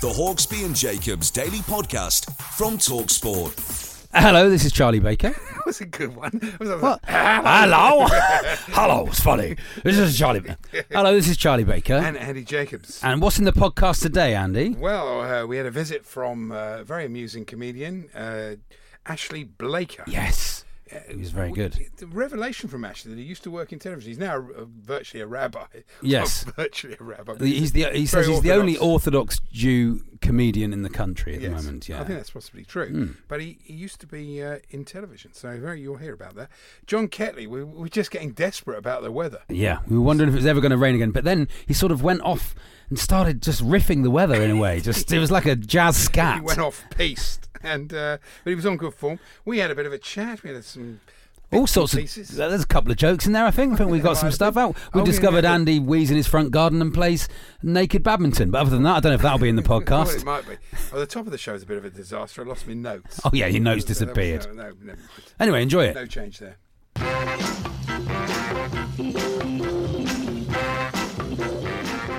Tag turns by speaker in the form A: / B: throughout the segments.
A: The Hawksby and Jacobs Daily Podcast from Talksport.
B: Hello, this is Charlie Baker.
C: That was a good one. That was-
B: Hello, hello, it's funny. This is Charlie. Hello, this is Charlie Baker. And,
C: And Andy Jacobs.
B: what's in the podcast today, Andy?
C: Well, uh, we had a visit from uh, a very amusing comedian, uh, Ashley Blaker.
B: Yes, it was very good.
C: The revelation from Ashley that he used to work in television. He's now uh, virtually a rabbi.
B: Yes.
C: Well, virtually a rabbi.
B: He's the, he says
C: Very
B: he's the only
C: orthodox.
B: Orthodox Jew comedian in the country at the
C: Yes.
B: moment. Yeah, Hmm.
C: I think that's possibly true. But he, he used to be uh, in television, so very you'll hear about that. John Ketley, we, we're just getting desperate about the weather.
B: yeah. We were wondering if it was ever going to rain again, but then he sort of went off and started just riffing the weather in a way. Just it was like a jazz scat.
C: He went off piste, and uh, but he was on good form. We had a bit of a chat. We had some bits
B: All
C: and
B: sorts of.
C: pieces.
B: There's a couple of jokes in there. I think. I think we
C: there
B: got some
C: might
B: stuff
C: have
B: out.
C: been.
B: We
C: Oh, yeah,
B: discovered
C: yeah.
B: Andy Wees in his front garden and plays naked badminton. But other than that, I don't know if that'll be in the
C: Well, it
B: podcast.
C: might be. Oh, the top of the show is a bit of a disaster. I lost my notes.
B: Oh, yeah, your notes
C: So that was- uh,
B: disappeared.
C: No, no, never mind.
B: Anyway, enjoy
C: no
B: it.
C: change there.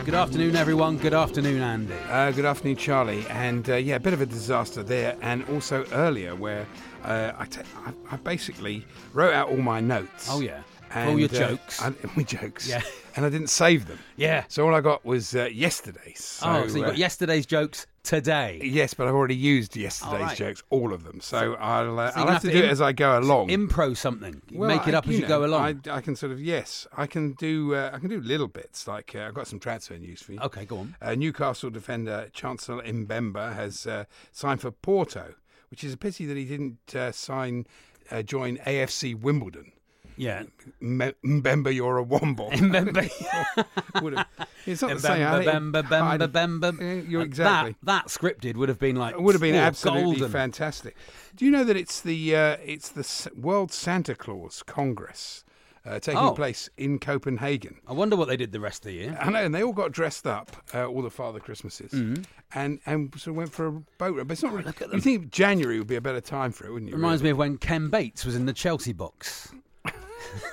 B: Good afternoon, everyone. Good afternoon, Andy.
C: Uh, good afternoon, Charlie. And uh, yeah, a bit of a disaster there, and also earlier where uh, I, ta- I, I basically wrote out all my notes.
B: Oh, yeah. All your jokes.
C: and- all my jokes.
B: Yeah.
C: And I didn't save them.
B: Yeah.
C: So all I got was uh, yesterday's. So,
B: oh, so you
C: uh,
B: got yesterday's jokes today.
C: Yes, but I've already used
B: All
C: yesterday's
B: right.
C: jokes, all of them. So I'll, uh,
B: So you're
C: I'll
B: gonna
C: have to do
B: im-
C: it as I go along.
B: Impro something.
C: Well,
B: Make it
C: I-
B: up as you
C: know,
B: go along.
C: I, I can sort of yes, I can do uh, I can do little bits. Like uh, I've got some transfer news for you.
B: Okay, go on.
C: Uh, Newcastle defender Chancellor Mbemba has uh, signed for Porto, which is a pity that he didn't uh, sign uh, join AFC Wimbledon.
B: Yeah.
C: M- Mbemba, you're a womble.
B: Remember.
C: Would have- it's not the same.
B: Bemba,
C: I think-
B: bemba, bemba,
C: I'd-
B: bemba.
C: Yeah, You're
B: That-
C: exactly.
B: That, scripted would have been like
C: It would have been
B: oh,
C: absolutely
B: golden.
C: fantastic. Do you know that it's the uh, it's the S- World Santa Claus Congress uh, taking
B: Oh.
C: place in Copenhagen?
B: I wonder what they did the rest of the year.
C: I know, and they all got dressed up, uh, all the Father Christmases,
B: Mm-hmm.
C: and and so went for a boat ride.
B: Oh,
C: But it's not really. You think January would be a better time for it, wouldn't you?
B: Reminds me of when Ken Bates was in the Chelsea box.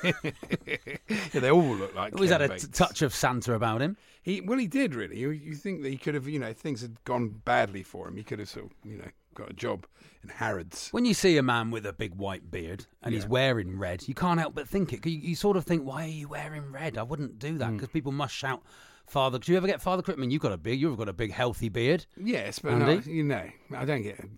C: me. Yeah, they all look like.
B: Always
C: Ken
B: had a
C: Bates.
B: t- touch of Santa about him.
C: He well, he did really. You, you think that he could have, you know, if things had gone badly for him. He could have sort of, you know, got a job in Harrods.
B: When you see a man with a big white beard and he's wearing red, you can't help but think it. 'Cause You, you sort of think, why are you wearing red? I wouldn't do that
C: Mm.
B: because people must shout, Father. Do you ever get Father Christmas? I mean, you've got a beard. You've got a big, healthy beard.
C: Yes, but
B: Andy?
C: no, you know, I don't get.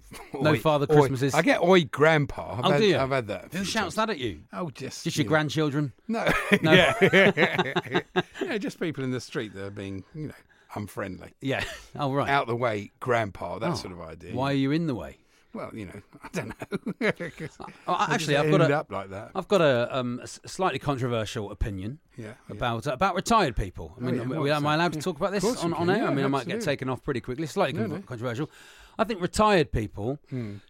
B: No Father
C: oi.
B: Christmases.
C: I get oi, Grandpa. I've
B: oh,
C: had,
B: do you?
C: I've had that. a
B: Who
C: few
B: shouts
C: times.
B: that at you?
C: Oh, just
B: Just
C: you
B: your
C: know.
B: grandchildren?
C: No.
B: No.
C: yeah. yeah, just people in the street that are being, you know, unfriendly.
B: Yeah. Oh, right.
C: Out the way, grandpa, that
B: Oh.
C: sort of idea.
B: Why are you in the way?
C: Well, you know, I don't know. 'Cause
B: Oh,
C: I
B: actually,
C: just
B: I've got
C: end
B: a-
C: up like that.
B: I've got a, um, a s- slightly controversial opinion
C: Yeah, yeah. Oh,
B: about about retired people. I mean,
C: yeah,
B: am-
C: what's
B: am I
C: that?
B: allowed to
C: Yeah.
B: talk about this
C: Of course
B: on,
C: you
B: on
C: can.
B: air?
C: Yeah,
B: I mean, I might get
C: absolutely.
B: taken off pretty quickly. Slightly
C: No, Hmm.
B: con-
C: no.
B: controversial. I think retired people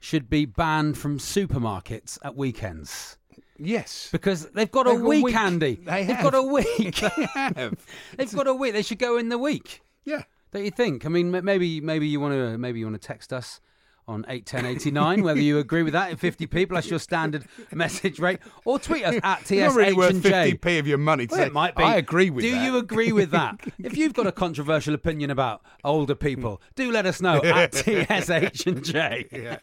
B: should be banned from supermarkets at weekends
C: Yes.
B: because they've got
C: They've
B: a
C: got a
B: week,
C: week.
B: Andy.
C: They
B: have
C: have.
B: got a week.
C: They have.
B: they've got a week. They should go in the week.
C: Yeah.
B: Don't you think? I mean, m- maybe maybe you want to maybe you want to text us on eight ten eighty nine whether you agree with that. At fifty people, that's your standard message rate, or tweet us at
C: It's not
B: TSH
C: really worth
B: and J.
C: 50p of your money to
B: Well,
C: say,
B: it might be.
C: I agree with
B: do
C: that.
B: you agree with that? if you've got a controversial opinion about older people, do let us know at TSH and J.
C: yeah.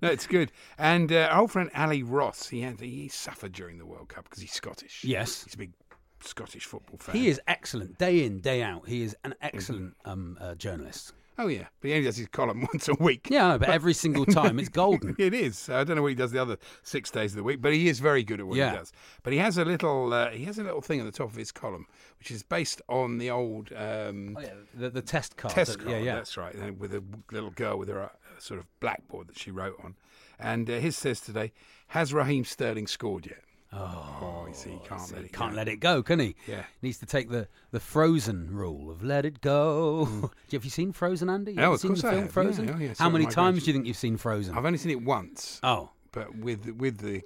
C: No, it's good. And uh, our old friend Ali Ross, he had he suffered during the World Cup because he's Scottish.
B: Yes.
C: He's a big Scottish football fan.
B: He is excellent, day in, day out. He is an excellent um, uh, journalist.
C: Oh yeah, but he only does his column once a week.
B: Yeah, I know, but every single time it's golden.
C: It is. So I don't know what he does the other six days of the week, but he is very good at what
B: Yeah.
C: he does. But he has a little uh, he has a little thing at the top of his column, which is based on the old um,
B: Oh, yeah, the, the test card.
C: test
B: that-
C: card.
B: Yeah, yeah.
C: That's right. And with a little girl with her uh, sort of blackboard that she wrote on, and uh, his says today, has Raheem Sterling scored yet? Oh, you see, he can't let it.
B: Can't
C: go.
B: let it go, can he?
C: Yeah.
B: Needs to take the, the Frozen rule of let it go. have you seen Frozen, Andy? You
C: Mm. Oh,
B: ever
C: of
B: seen
C: course
B: the
C: I
B: film
C: have. Yeah,
B: Frozen?
C: yeah, yeah,
B: How
C: so
B: many
C: my
B: times
C: grand-
B: do you think you've seen Frozen?
C: I've only seen it once,
B: oh,
C: but with with the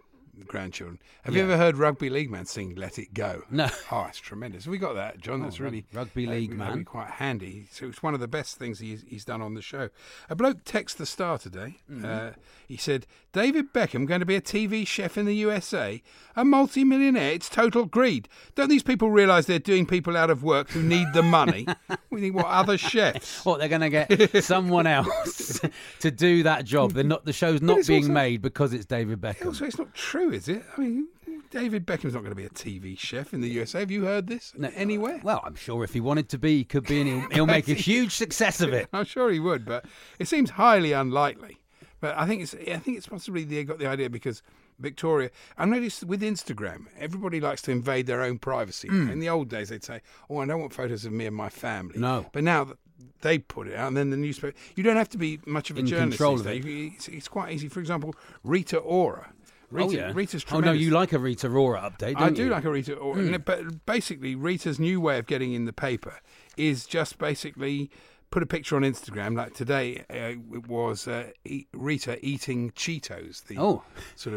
C: grandchildren. Have you ever heard Rugby League Man sing "Let It Go"?
B: No. Oh,
C: Oh, it's tremendous. We got that, John. That's
B: rug-
C: really
B: Rugby League
C: that'd
B: Man.
C: be quite handy. So it's one of the best things he's, he's done on the show. A bloke texted the Star today.
B: Mm-hmm.
C: Uh, he said, "David Beckham going to be a TV chef in the USA, a multi-millionaire. It's total greed. Don't these people realise they're doing people out of work who need the money? we think what other chefs?
B: What they're going to get someone else to do that job. They're not the show's not
C: it's
B: being
C: also-
B: made because it's David Beckham.
C: Also, it's not true, is it? I mean, David Beckham's not going to be a TV chef in the USA. Have you heard this anywhere?
B: well, I'm sure if he wanted to be, he could be, and he'll, he'll make a huge success of it.
C: I'm sure he would, but it seems highly unlikely. But I think it's I think it's possibly they got the idea because Victoria. I noticed with Instagram, everybody likes to invade their own privacy.
B: Hmm.
C: In the old days, they'd say, "Oh, I don't want photos of me and my family."
B: No.
C: but now th- they put it out, and then the newspaper. You don't have to be much of a
B: In
C: journalist.
B: control
C: these
B: of it.
C: days. You- It's, it's quite easy. For example, Rita Ora. Rita,
B: oh yeah,
C: Rita's
B: oh no,
C: tremendous.
B: you like a Rita Rora update? Don't Hmm.
C: I do
B: you?
C: like a Rita Ora, but basically Rita's new way of getting in the paper is just basically put a picture on Instagram. Like today, uh, it was uh, e- Rita eating Cheetos. The
B: Oh.
C: sort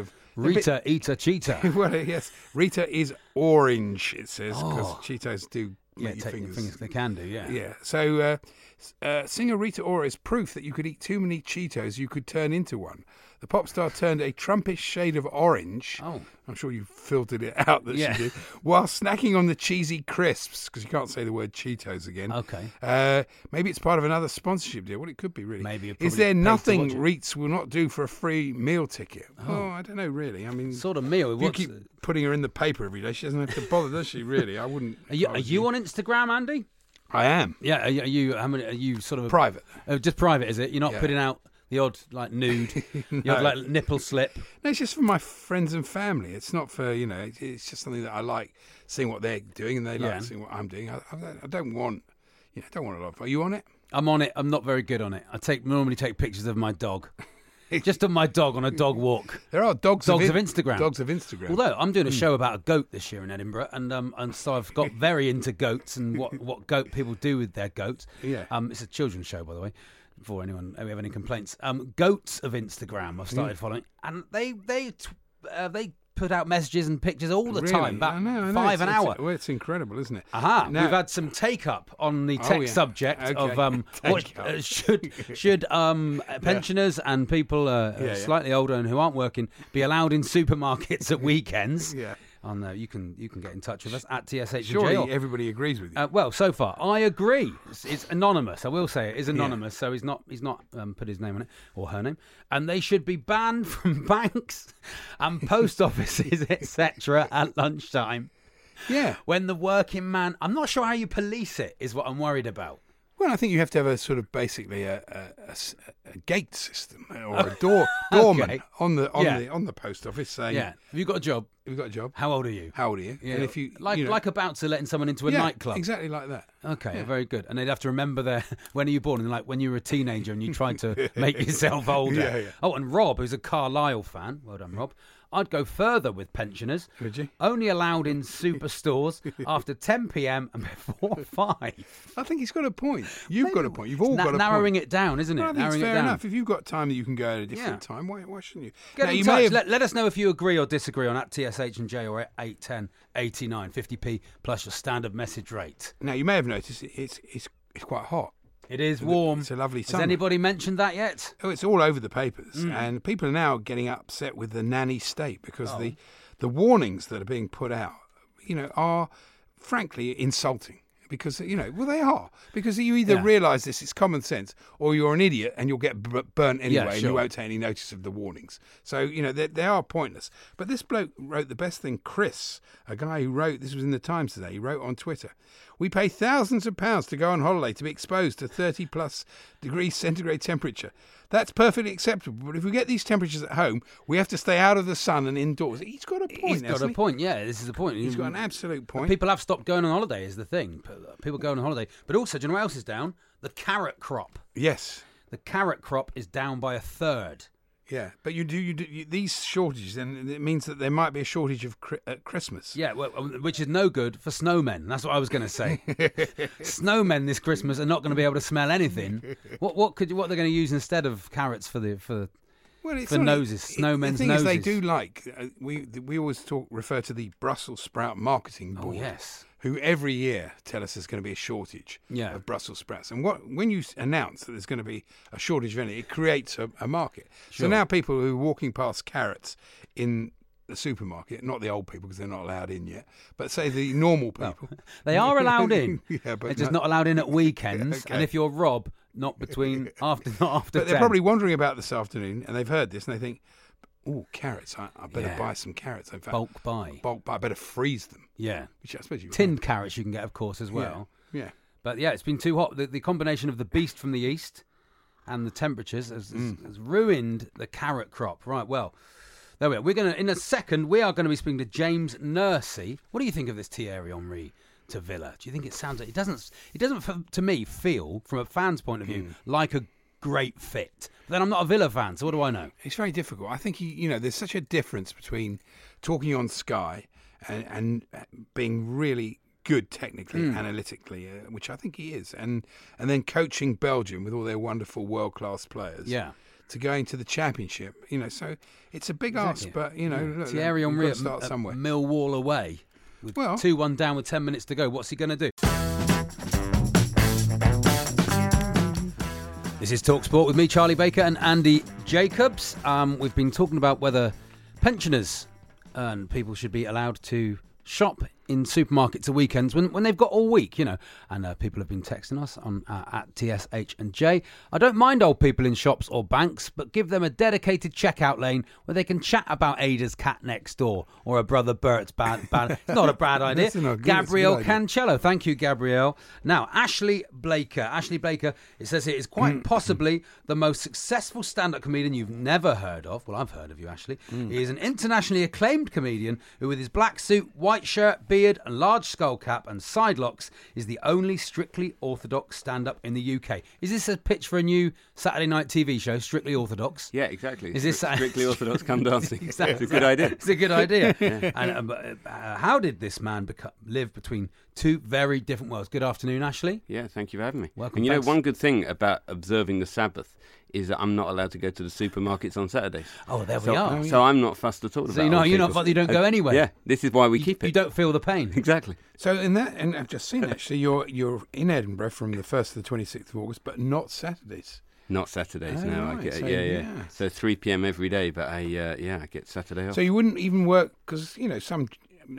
C: of a bit-
B: Rita Eater Cheetah.
C: well, yes, Rita is orange. It says because Cheetos do
B: Oh. yeah,
C: make your
B: take
C: fingers.
B: your fingers. They can do. Yeah.
C: Yeah. So, uh, s- uh, singer Rita Ora is proof that you could eat too many Cheetos, you could turn into one. The pop star turned a trumpish shade of orange.
B: Oh.
C: I'm sure you filtered it out that
B: Yeah.
C: she did. While snacking on the cheesy crisps, because you can't say the word Cheetos again.
B: Okay.
C: Uh, maybe it's part of another sponsorship deal. Well, it could be, really.
B: Maybe it
C: Is
B: probably
C: there
B: pays to
C: nothing
B: watch it.
C: Reitz will not do for a free meal ticket? Oh, I don't know, really. I mean,
B: Sort of meal.
C: if you
B: What's-
C: keep putting her in the paper every day, she doesn't have to bother, does she, really? I wouldn't.
B: Are you,
C: if
B: are
C: I was
B: you on Instagram, Andy?
C: I am.
B: Yeah. Are you? Are you, how many, are you sort of
C: Private.
B: Oh, just private, is it? You're not
C: Yeah.
B: putting out the odd like nude, the odd
C: No.
B: like nipple slip.
C: No, it's just for my friends and family. It's not for you know. It's, it's just something that I like seeing what they're doing, and they
B: Yeah.
C: like seeing what I'm doing. I, I, don't- I don't want, you know, I don't want a lot. Of, are you on it?
B: I'm on it. I'm not very good on it. I take normally take pictures of my dog, just of my dog on a dog walk.
C: There are dogs.
B: Dogs of
C: in-
B: Instagram.
C: Dogs of Instagram. Hmm.
B: Although I'm doing a show about a goat this year in Edinburgh, and um, and so I've got very into goats and what what goat people do with their goats.
C: Yeah.
B: Um, it's a children's show, by the way. Before anyone, we have any complaints? Um, goats of Instagram. I've
C: Hmm.
B: started following, and they they t- uh, they put out messages and pictures all the
C: Really?
B: time, about
C: I know, I know.
B: five
C: It's-
B: an
C: it's-
B: hour.
C: well, it's incredible, isn't it?
B: Aha!
C: Now-
B: We've had some take up on the
C: Oh,
B: tech
C: yeah.
B: subject of
C: Okay.
B: um, what
C: Take
B: uh,
C: up.
B: should should um, pensioners and people uh, uh,
C: Yeah, yeah.
B: slightly older and who aren't working be allowed in supermarkets at weekends.
C: Yeah.
B: Oh no, you can you can get in touch with us at TSH
C: Surely everybody agrees with you.
B: uh, well, so far I agree. It's, it's anonymous. I will say it is anonymous, so he's not he's not um, put his name on it or her name. And they should be banned from banks and post offices, etc., at lunchtime
C: yeah.
B: when the working man i'm not sure how you police it is what i'm worried about
C: Well, I think you have to have a sort of basically a, a- a s- a gate system or a door doorman
B: Okay.
C: on the on
B: Yeah.
C: the on the post office saying,
B: yeah have you got a job
C: "Have you got a job?
B: how old are you
C: How old are you?"
B: yeah
C: And if you
B: like
C: you know-
B: like a bouncer letting someone into a
C: Yeah,
B: nightclub
C: exactly like that.
B: okay very good and they'd have to remember their when are you born and like when you were a teenager and you tried to make yourself older
C: Yeah, yeah.
B: oh and rob who's a carlisle fan well done rob I'd go further with pensioners.
C: Would you?
B: Only allowed in superstores after 10 p.m. and before 5.
C: I think he's got a point. You've got a point. You've all
B: Na-
C: got a
B: narrowing
C: point.
B: it down, isn't it?
C: Well, I think
B: narrowing
C: it's fair
B: it down.
C: enough. If you've got time that you can go at a different
B: Yeah.
C: time, why, why shouldn't you?
B: Get
C: Now,
B: in
C: you
B: touch.
C: May have,
B: Let, let us know if you agree or disagree on at TSH and J or at 810 89 50p plus your standard message rate.
C: now you may have noticed it- it's it's it's quite hot.
B: It is
C: It's a-
B: warm.
C: it's a lovely
B: Has
C: summer.
B: anybody mentioned that yet?
C: Oh, it's all over the papers,
B: Mm.
C: and people are now getting upset with the nanny state because the
B: Oh.
C: the warnings that are being put out, you know, are frankly insulting. because you know well they are because you either realise this it's common sense or you're an idiot and you'll get b- burnt anyway and
B: sure.
C: you won't take any notice of the warnings so you know they, they are pointless but this bloke wrote the best thing Chris a guy who wrote this was in the Times today he wrote on Twitter we pay thousands of pounds to go on holiday to be exposed to 30 plus degrees centigrade temperature that's perfectly acceptable but if we get these temperatures at home we have to stay out of the sun and indoors he's got a point
B: He's got
C: hasn't
B: a
C: he?
B: point. Yeah, this is the point. Mm.
C: he's got an absolute point
B: People have stopped going on holiday. Is the thing. P- uh, People going on holiday, but also, do you know what else is down? The carrot crop.
C: yes
B: The carrot crop is down by a third.
C: Yeah, but you do you do you, these shortages, then it means that there might be a shortage of cri- at Christmas.
B: Yeah, well, um, which is no good for snowmen. That's what I was going to say. snowmen this Christmas are not going to be able to smell anything. What what could what they're going to use instead of carrots for the for?
C: well, it's
B: for
C: not-
B: noses,
C: it-
B: snowmen's
C: the thing Is they
B: noses.
C: do like uh, we we always talk refer to the Brussels sprout marketing
B: Oh
C: board.
B: yes,
C: Who every year tell us there's going to be a shortage
B: Yeah.
C: of Brussels sprouts, and what when you s- announce that there's going to be a shortage of any, it creates a, a market. So
B: Sure.
C: now people who are walking past carrots in the supermarket, not the old people because they're not allowed in yet, but say the normal people,
B: they are allowed in.
C: yeah, but
B: they're just
C: no-
B: not allowed in at weekends.
C: Okay.
B: And if you're Rob, not between after not after.
C: But they're
B: 10.
C: probably wandering about this afternoon and they've heard this and they think, oh, carrots. I, I better
B: Yeah.
C: buy some carrots. In fact,
B: Bulk buy.
C: Bulk buy. I better freeze them.
B: yeah,
C: Which I suppose you
B: tinned carrots you can get, of course, as
C: would. Yeah.
B: well.
C: Yeah.
B: But yeah, it's been too hot. The, the combination of the beast from the east and the temperatures has, has-
C: Mm.
B: has ruined the carrot crop. Right. Well, there we are. We're gonna in a second. We are going to be speaking to James Nursey. What do you think of this Thierry Henry to Villa? Do you think it sounds? It doesn't. It doesn't f- to me feel from a fan's point of view
C: Mm.
B: like a great fit. But then I'm not a Villa fan, so what do I know?
C: It's very difficult. I think, he, you know, there's such a difference between talking on Sky and, and uh, being really good technically,
B: Hmm.
C: analytically, uh, which I think he is, and, and then coaching Belgium with all their wonderful world class players.
B: Yeah.
C: To going to the championship, you know, so it's a big ask, but you know,
B: Mm.
C: look,
B: Thierry
C: we've
B: Henry
C: got
B: at,
C: to start
B: at
C: somewhere.
B: Millwall away. With
C: Well-
B: two one down with ten minutes to go. What's he going to do? This is Talksport with me, Charlie Baker, and Andy Jacobs. Um, we've been talking about whether pensioners and people should be allowed to shop in supermarkets at weekends when, when they've got all week, you know. And uh, people have been texting us on uh, at TSH and J. I don't mind old people in shops or banks, but give them a dedicated checkout lane where they can chat about Ada's cat next door or a brother Bert's bad. bad. It's not a bad idea.
C: That's not good, it's a
B: Gabrielle
C: good idea.
B: can Cello, thank you, Gabrielle. Now, Ashley Blaker. Ashley Blaker, it says here, is quite possibly the most successful stand up comedian you've never heard of. Well, I've heard of you, Ashley. He is an internationally acclaimed comedian who, with his black suit, white shirt, beard, and large skull cap and side locks, is the only strictly orthodox stand up in the UK. Is this a pitch for a new Saturday night TV show, Strictly Orthodox?
D: Yeah, exactly.
B: Is this-
D: strictly orthodox come dancing? it's
B: Exactly.
D: a good idea.
B: It's a good idea. And um, uh, uh, how did this man become, live between two very different worlds? Good afternoon, Ashley.
D: Yeah, thank you for having me.
B: Welcome,
D: And you
B: thanks.
D: know, one good thing about observing the Sabbath is that I'm not allowed to go to the supermarkets on Saturdays.
B: Oh, there we
D: so,
B: are.
D: So I'm not fussed at all about.
B: So you know,
D: old
B: you're not
D: people.
B: bothered, you don't
D: Uh,
B: go anywhere.
D: Yeah, this is why we
B: You-
D: keep it.
B: You don't feel the pain.
D: exactly.
C: So in that, and I've just seen actually, you're you're in Edinburgh from the first to the twenty sixth of August, but not Saturdays.
D: Not Saturdays.
C: Oh,
D: no,
C: right,
D: I get.
C: so
D: yeah, yeah,
C: yeah.
D: So 3 p.m. every day, but I uh, yeah, I get Saturday off.
C: So you wouldn't even work because you know some.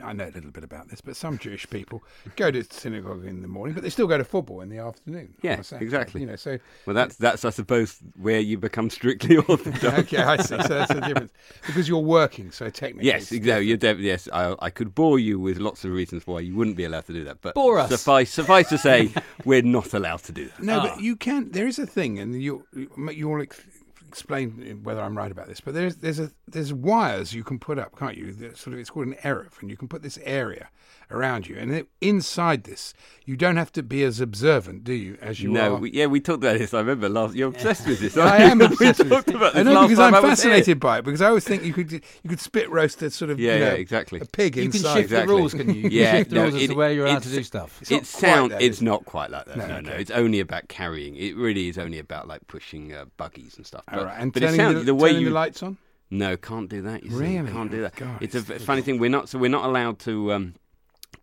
C: I know a little bit about this, but some Jewish people go to synagogue in the morning, but they still go to football in the afternoon. on
D: Yeah,
C: a Saturday,
D: exactly.
C: You know, so
D: well, that's that's I suppose where you become strictly orthodox.
C: okay, I see. So that's the difference because you're working. So technically, it's-
D: Yes, exactly. You're dev- yes, I, I could bore you with lots of reasons why you wouldn't be allowed to do that, but
B: Bore us.
D: suffice suffice to say, we're not allowed to do that.
C: No, but you can. There is a thing, and you you'll ex- explain whether I'm right about this. But there's there's a there's wires you can put up, can't you? That Sort of, it's called an eruv, and you can put this area around you, and it, inside this, you don't have to be as observant, do you? As you
D: no,
C: are.
D: we, yeah, we talked about this. I remember last. You're obsessed with this.
C: I am obsessed
D: we
C: with
D: talked
C: it.
D: about
C: I
D: this
C: know
D: last
C: because
D: time
C: I'm
D: I was here.
C: fascinated by it because I always think you could you could spit roast a sort of
D: Yeah,
C: you know,
D: yeah, exactly.
C: a pig
B: You can
C: inside.
B: shift
D: Exactly.
B: the rules, can you? you
D: Yeah,
B: can shift the
D: no,
B: rules as
D: it-
B: to where you're allowed to
D: it's-
B: do stuff.
C: not
D: It
C: quite
D: sound
C: that, is
D: it's
C: it?
D: not quite like that.
C: No,
D: No, no,
C: okay.
D: It's only about carrying. It really is only about like pushing uh, buggies and stuff.
C: All
D: But-
C: right, and
D: but it
C: turning,
D: sounds
C: the,
D: the way
C: turning
D: you
C: the lights on.
D: No, can't do that. You
C: Really? Oh,
D: see. can't do that.
C: God,
D: it's a
C: it's
D: v- funny thing. We're not so we're not allowed to um,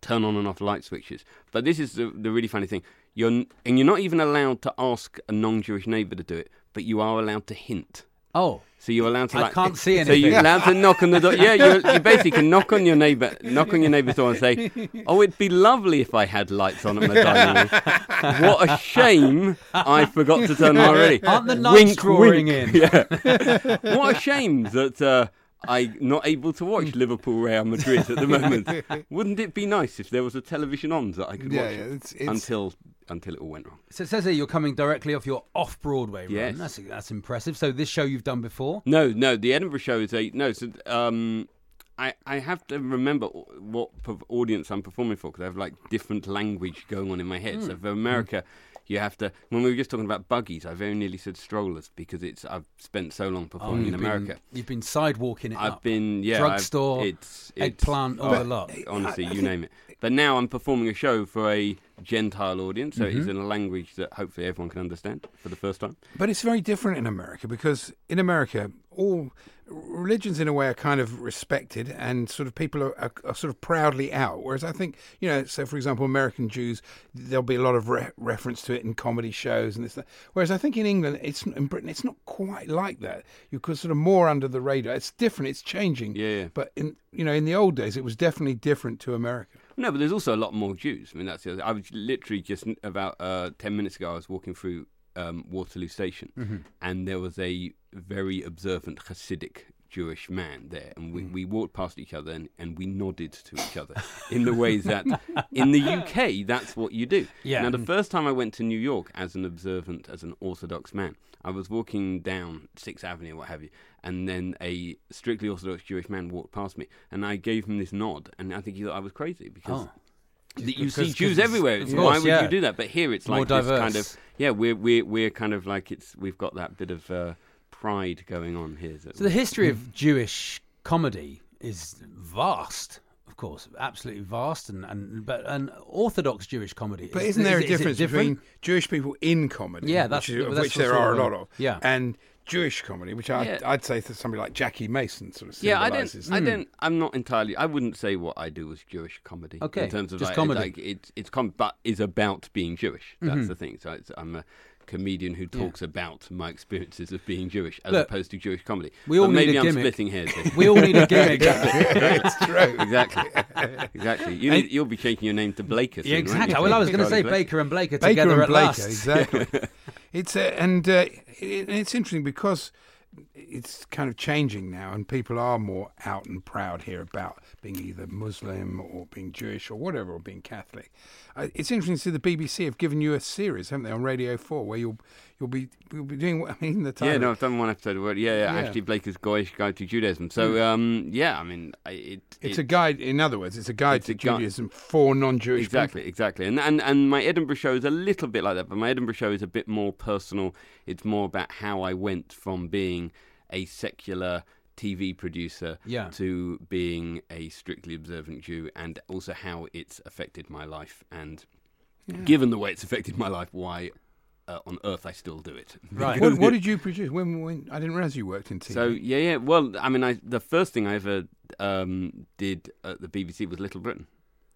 D: turn on and off light switches. But this is the, the really funny thing. You're n- and you're not even allowed to ask a non-Jewish neighbour to do it, but you are allowed to hint.
B: Oh,
D: So you're allowed to
B: I
D: like.
B: can't see
D: So
B: anything.
D: you're allowed to knock on the door. Yeah, you you basically can knock on your neighbour, knock on your neighbour's door and say, "Oh, it'd be lovely if I had lights on at my dining room. What a shame I forgot to turn them on already."
B: aren't the nights drawing in?
D: What a shame that uh, I'm not able to watch Liverpool Real Madrid at the moment. Wouldn't it be nice if there was a television on that I could
C: Yeah,
D: watch
C: yeah,
D: it
C: it's- it's-
D: until until it all went wrong?
B: So it says here you're coming directly off your off Broadway run.
D: Yes.
B: That's, that's impressive. So this show you've done before?
D: No, no, the Edinburgh show is a no. So um, I I have to remember what p- audience I'm performing for because I have like different language going on in my head.
B: Hmm.
D: So for America. You have to. When we were just talking about buggies, I very nearly said strollers because it's. I've spent so long performing Oh, in
B: Oh, you've been-
D: America.
B: you've been sidewalking it
D: I've
B: up.
D: been yeah, I've-
B: Drugstore,
D: it's, it's
B: eggplant, all
D: oh,
B: the lot.
D: Honestly, you name it. But now I'm performing a show for a Gentile audience, so
B: Mm-hmm.
D: it's in a language that hopefully everyone can understand for the first time.
C: But it's very different in America because in America, all religions in a way are kind of respected and sort of people are, are, are sort of proudly out. Whereas I think, you know, so for example, American Jews, there'll be a lot of re- reference to it in comedy shows and this. That. Whereas I think in England, it's in Britain, it's not quite like that. You're kind of sort of more under the radar. It's different. It's changing.
D: Yeah, yeah.
C: But in you know, in the old days, it was definitely different to America.
D: No, but there's also a lot more Jews. I mean, that's the other. I was literally just n- about uh, ten minutes ago. I was walking through um, Waterloo Station, and there was a very observant Hasidic Jewish man there, and we, we walked past each other and, and we nodded to each other in the ways that in the UK that's what you do.
B: Yeah.
D: Now the first time I went to New York as an observant, as an Orthodox man, I was walking down Sixth Avenue, or what have you, and then a strictly Orthodox Jewish man walked past me, and I gave him this nod, and I think he thought I was crazy because
B: Oh.
D: that you
B: Because-
D: see Jews
B: because-
D: everywhere.
B: of
D: It's-
B: course,
D: Why would
B: yeah.
D: you do that? But here it's
B: More
D: like this kind
B: diverse.
D: of yeah, we're we're we're kind of like it's we've got that bit of uh, pride going on here. That
B: So the history of Jewish comedy is vast, of course, absolutely vast, and, and but an Orthodox Jewish comedy.
C: But
B: is-
C: isn't there
B: is
C: a
B: it- is it
C: difference
B: different?
C: between Jewish people in comedy,
B: Yeah, that's-
C: which, is- of
B: that's
C: which
B: the
C: there
B: sort
C: are a
B: of-
C: lot of,
B: yeah.
C: and Jewish comedy, which I,
D: Yeah.
C: I'd say to somebody like Jackie Mason sort of
D: yeah, I don't.
C: symbolises
D: I
B: Hmm.
C: that.
D: don't. I'm not entirely. I wouldn't say what I do is Jewish comedy.
B: Okay,
D: in terms of
B: just
D: like,
B: comedy. Mm-hmm.
D: Like it's it's com- but is about being Jewish. That's the thing. So it's, I'm a comedian who talks about my experiences of being Jewish as
B: Look,
D: opposed to Jewish comedy.
B: we all
D: but
B: need a
D: maybe I'm
B: gimmick.
D: splitting hairs. here.
B: We all need a gimmick. exactly.
C: It's true.
D: exactly, exactly. You need, you'll be changing your name to Blaker. soon,
B: Yeah,
D: won't you?
B: exactly. Well, I was going to
D: Charlie
B: say
D: Blaker.
B: Baker and Blaker
C: Baker
B: together
C: and
B: at
C: Blaker,
B: last.
C: exactly. it's uh, and uh, it, it's interesting because it's kind of changing now, and people are more out and proud here about being either Muslim or being Jewish or whatever, or being Catholic. Uh, it's interesting to see the BBC have given you a series, haven't they, on Radio Four, where you'll you'll be you'll be doing what I mean the time.
D: Yeah, no, I've done one episode of it. Yeah, yeah, Ashley Blaker's Goyish Guide to Judaism. So,
B: Hmm.
D: um, yeah, I mean, I- it,
C: It's
D: it-
C: a guide. In other words, it's a guide
D: It's
C: to
D: a gui-
C: Judaism for non-Jewish
D: exactly, exactly. And, and and my Edinburgh show is a little bit like that, but my Edinburgh show is a bit more personal. It's more about how I went from being a secular TV producer
B: Yeah.
D: to being a strictly observant Jew, and also how it's affected my life. And given the way it's affected my life, why uh, on earth I still do it?
B: Right.
C: people. What, what did you produce? When, when I didn't realize you worked in TV.
D: So yeah, yeah. Well, I mean, I the first thing I ever um, did at the BBC was Little Britain.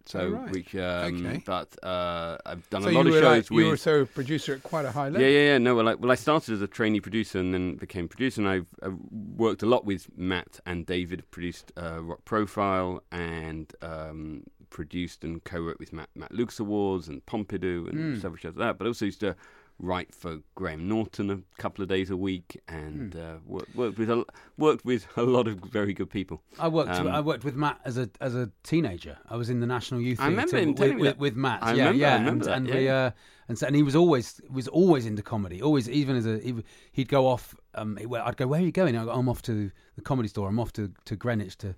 D: So
C: Oh, right.
D: which, um,
C: Okay.
D: but uh, I've done
C: So
D: a
C: you
D: lot of
C: were
D: shows
C: like,
D: with.
C: you were so a producer at quite a high level.
D: yeah, yeah, yeah. No, well, I, well, I started as a trainee producer and then became producer, and I, I worked a lot with Matt and David. Produced uh, Rock Profile and um, produced and co-wrote with Matt, Matt Lucas Awards and Pompidou and several shows like that. But I also used to write for Graham Norton a couple of days a week and uh, wor- worked with a, l- worked with a lot of very good people.
B: I worked.
D: Um,
B: I worked with Matt as a as a teenager. I was in the National Youth.
D: I remember
B: Theatre
D: him
B: with,
D: telling me
B: with,
D: that.
B: with Matt.
D: I
B: yeah,
D: remember- I
B: yeah,
D: remember that,
B: and,
D: yeah.
B: and we, uh, and so, and he was always was always into comedy. Always, even as a he, w- he'd go off. Um, he- well, I'd go, "Where are you going?" I'd go, "I'm off to the comedy store. I'm off to, to Greenwich to."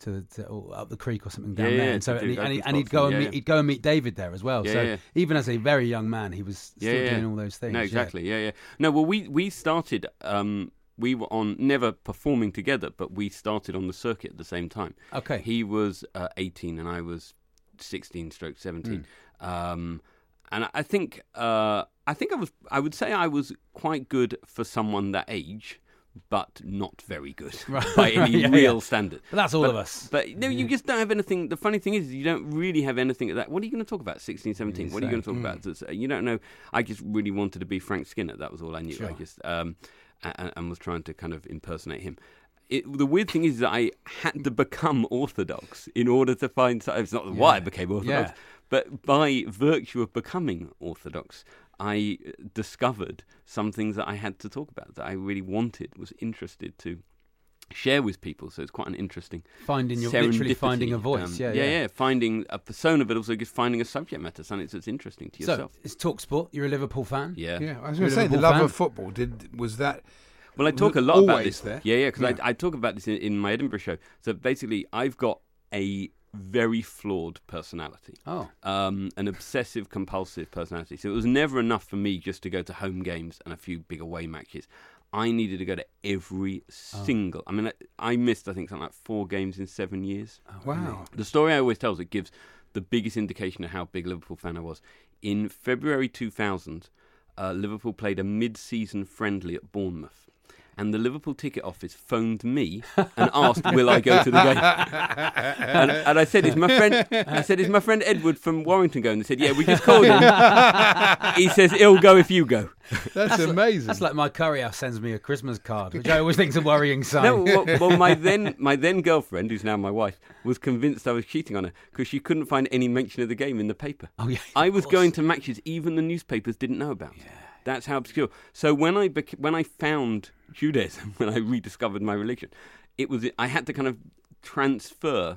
B: To, to or up the creek or something down
D: Yeah,
B: there,
D: yeah,
B: and so
D: to do
B: and, he, and, he,
D: open
B: and he'd
D: spots
B: go and
D: and- yeah,
B: meet,
D: yeah.
B: he'd go and meet David there as well.
D: Yeah,
B: so
D: yeah.
B: even as a very young man, he was still doing all those things.
D: No,
B: yeah.
D: exactly. Yeah, yeah. No, well, we we started. Um, we were on never performing together, but we started on the circuit at the same time.
B: Okay.
D: He was uh, 18 and I was 16, stroke 17.
B: Hmm.
D: Um, and I- I think uh, I think I was I would say I was quite good for someone that age, but not very good
B: Right,
D: by any
B: yeah,
D: real
B: yeah.
D: standard.
B: But that's all
D: But-
B: of us.
D: But no, you just don't have anything. The funny thing is, you don't really have anything at that. What are you going to talk about? 16, 17? What are you going to talk
B: Mm.
D: about? That's- uh, You don't know. I just really wanted to be Frank Skinner. That was all I knew. I just um, and, and was trying to kind of impersonate him. It, the weird thing is that I had to become orthodox in order to find. so- It's not why I became orthodox,
B: Yeah.
D: but by virtue of becoming orthodox, I uh, discovered some things that I had to talk about that I really wanted, was interested to share with people. So it's quite an interesting
B: Finding your- literally
D: serendipity, um,
B: finding a voice. Yeah,
D: yeah,
B: yeah.
D: Finding a persona, but also just finding a subject matter, something that's interesting to
B: So
D: yourself.
B: it's talk sport. You're a Liverpool fan.
D: yeah.
C: Yeah, I was going to say the
B: Liverpool
C: love
B: fan.
C: of football did was that.
D: Well, I talk a
C: was
D: lot about
C: always
D: this.
C: there.
D: Yeah, yeah, because I, I talk about this in, in my Edinburgh show. So basically, I've got a very flawed personality.
B: Oh.
D: um, an obsessive compulsive personality. So it was never enough for me just to go to home games and a few big away matches. I needed to go to every
B: Oh.
D: single. I mean, I, I missed I think something like four games in seven years.
B: Oh,
C: wow.
D: The story I always tell is it gives the biggest indication of how big a Liverpool fan I was. In February 2000, uh, Liverpool played a mid-season friendly at Bournemouth. And the Liverpool ticket office phoned me and asked, "Will I go to the game?" And, and I said, "Is my friend?" I said, "Is my friend Edward from Warrington going?" They said, "Yeah, we just called him." he says, "He'll go if you go."
C: That's, amazing.
B: That's like my courier sends me a Christmas card, which I always think's a worrying sign.
D: No, well, well, my then my then girlfriend, who's now my wife, was convinced I was cheating on her because she couldn't find any mention of the game in the paper.
B: Oh, yeah,
D: I
B: of
D: was
B: course.
D: going to matches even the newspapers didn't know about. That's how obscure. So when I bec- when I found Judaism, when I rediscovered my religion, it was I had to kind of transfer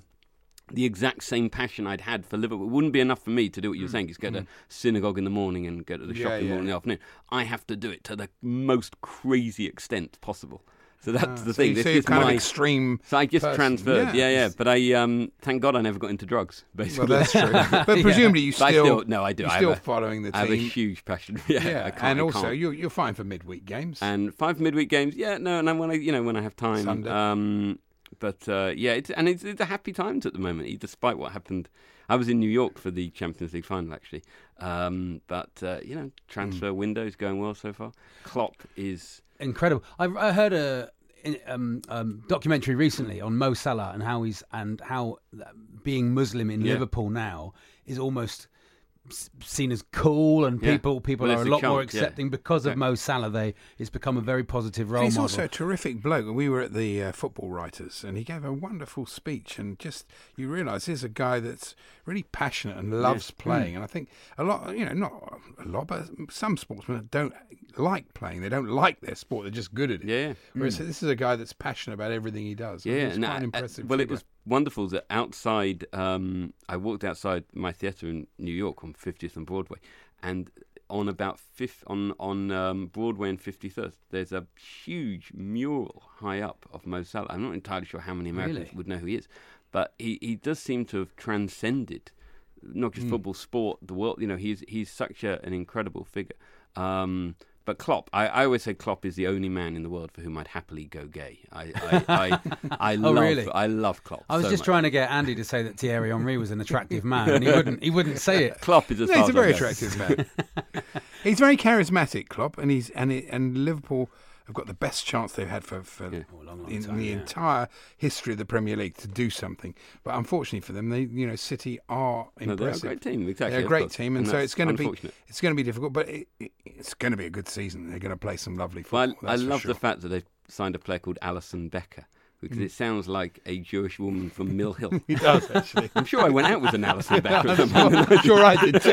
D: the exact same passion I'd had for Liverpool. It wouldn't be enough for me to do what you were saying, is go to synagogue in the morning and go to the
C: Mm.
D: shop
C: Yeah,
D: in the
C: yeah.
D: morning in the afternoon. I have to do it to the most crazy extent possible. So that's the
C: Ah, so
D: thing.
C: you
D: This
C: say you're
D: is
C: kind of
D: my-
C: extreme
D: So I just
C: person.
D: transferred.
C: Yeah.
D: Yeah. yeah, But I, um, thank God, I never got into drugs. Basically,
C: Well, that's true. But presumably you
D: But I
C: still,
D: still- no, I do.
C: You're
D: I have
C: still
D: a-
C: following the team.
D: I have a huge passion. Yeah,
C: yeah,
D: I can't,
C: and
D: I
C: also
D: can't.
C: you're you're fine for midweek games.
D: and five midweek games. Yeah, no, and then when I, you know, when I have time.
C: Sunday.
D: Um, but uh, yeah, it's, and it's, it's a happy times at the moment, e- despite what happened. I was in New York for the Champions League final, actually. Um, but uh, you know, transfer
C: Hmm.
D: window is going well so far. Klopp is
B: incredible. I, I heard a in- um, um, documentary recently on Mo Salah and how he's and how uh, being Muslim in
D: Yeah.
B: Liverpool now is almost s- seen as cool, and
D: Yeah.
B: people people
D: Well,
B: are a
D: it's a
B: lot more
D: chance, yeah.
B: accepting because of Mo Salah. They it's become a very positive role
C: And he's
B: model.
C: also a terrific bloke. And we were at the uh, football writers, and he gave a wonderful speech. And just you realise here's a guy that's really passionate and loves playing. And I think a lot, you know, not a lot, but some sportsmen don't like playing. They don't like their sport. They're just good at it.
D: Yeah. Hmm.
C: Whereas this is a guy that's passionate about everything he does. I think it's
D: and
C: quite an
D: I- I-
C: impressive.
D: well, it
C: figure.
D: was wonderful that outside, um, I walked outside my theatre in New York on 50th and Broadway, and on about fifth on on um, Broadway and 53rd, there's a huge mural high up of Mo Salah. I'm not entirely sure how many Americans
B: Really?
D: would know who he is, but he, he does seem to have transcended not
B: Hmm.
D: just football, sport, the world. You know, he's he's such a, an incredible figure. Um, but Klopp, I, I always say Klopp is the only man in the world for whom I'd happily go gay. I I, I, I
B: Oh,
D: love
B: really?
D: I love Klopp.
B: I was
D: so
B: just
D: much.
B: trying to get Andy to say that Thierry Henry was an attractive man, and he wouldn't. He wouldn't say it.
D: Klopp is as
C: No,
D: far
C: he's a
D: as I
C: very
D: go.
C: attractive man. he's very charismatic, Klopp, and he's and it, and Liverpool have got the best chance they've had for, for
D: Oh,
C: in the entire history of the Premier League to do something. But unfortunately for them, they you know City are
D: they're a
C: impressive.
D: great team, exactly,
C: They're a
D: of
C: great
D: course,
C: team, and,
D: and
C: so
D: that's
C: it's going to be
D: unfortunate.
C: it's going to be difficult, but it, it, it's going to be a good season. They're going to play some lovely
D: Well,
C: football.
D: I, I
C: that's for
D: love
C: sure. Mm.
D: the fact that they've signed a player called Alison Becker because it sounds like a Jewish woman from Mill Hill.
C: He does actually.
D: I'm sure I went out with an Alison Becker. at some point.
C: I'm sure I did too.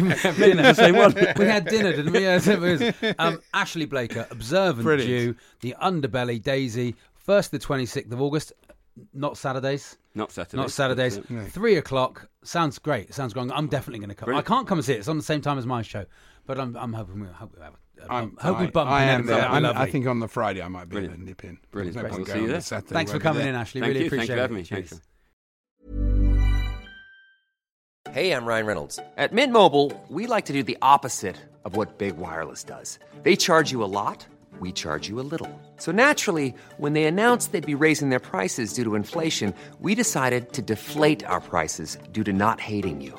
B: Didn't we have dinner? We had dinner, didn't we? Yes, it was. Um, Ashley Blaker, observant
C: Brilliant.
B: Jew, the underbelly Daisy, first to the 26th of August, not Saturdays.
D: Not Saturday.
B: Not Saturdays. Three o'clock. Sounds great. Sounds great. I'm definitely going to come. I
D: Brilliant.
B: can't come and see it. It's on the same time as my show, but I'm, I'm hoping we hope we have. A,
C: I'm,
B: I'm, hope we
C: I-
B: bump.
C: I
B: into
C: am
B: them.
C: there.
B: That'd be
C: I'm-
B: lovely.
C: I think on the Friday I might be
D: Brilliant.
C: able to nip in.
D: Brilliant.
C: There's no
D: We'll
C: point
D: see
C: going
D: you
C: on
D: there.
C: the Saturday,
B: Thanks for
C: won't be
B: coming
C: there.
B: in, Ashley.
D: Thank
B: really
D: you. Thanks
B: appreciate
D: for
B: it.
D: having me. Thanks.
B: Cheers.
E: Hey, I'm Ryan Reynolds. At Mint Mobile, we like to do the opposite of what Big Wireless does. They charge you a lot, we charge you a little. So naturally, when they announced they'd be raising their prices due to inflation, we decided to deflate our prices due to not hating you.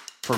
F: For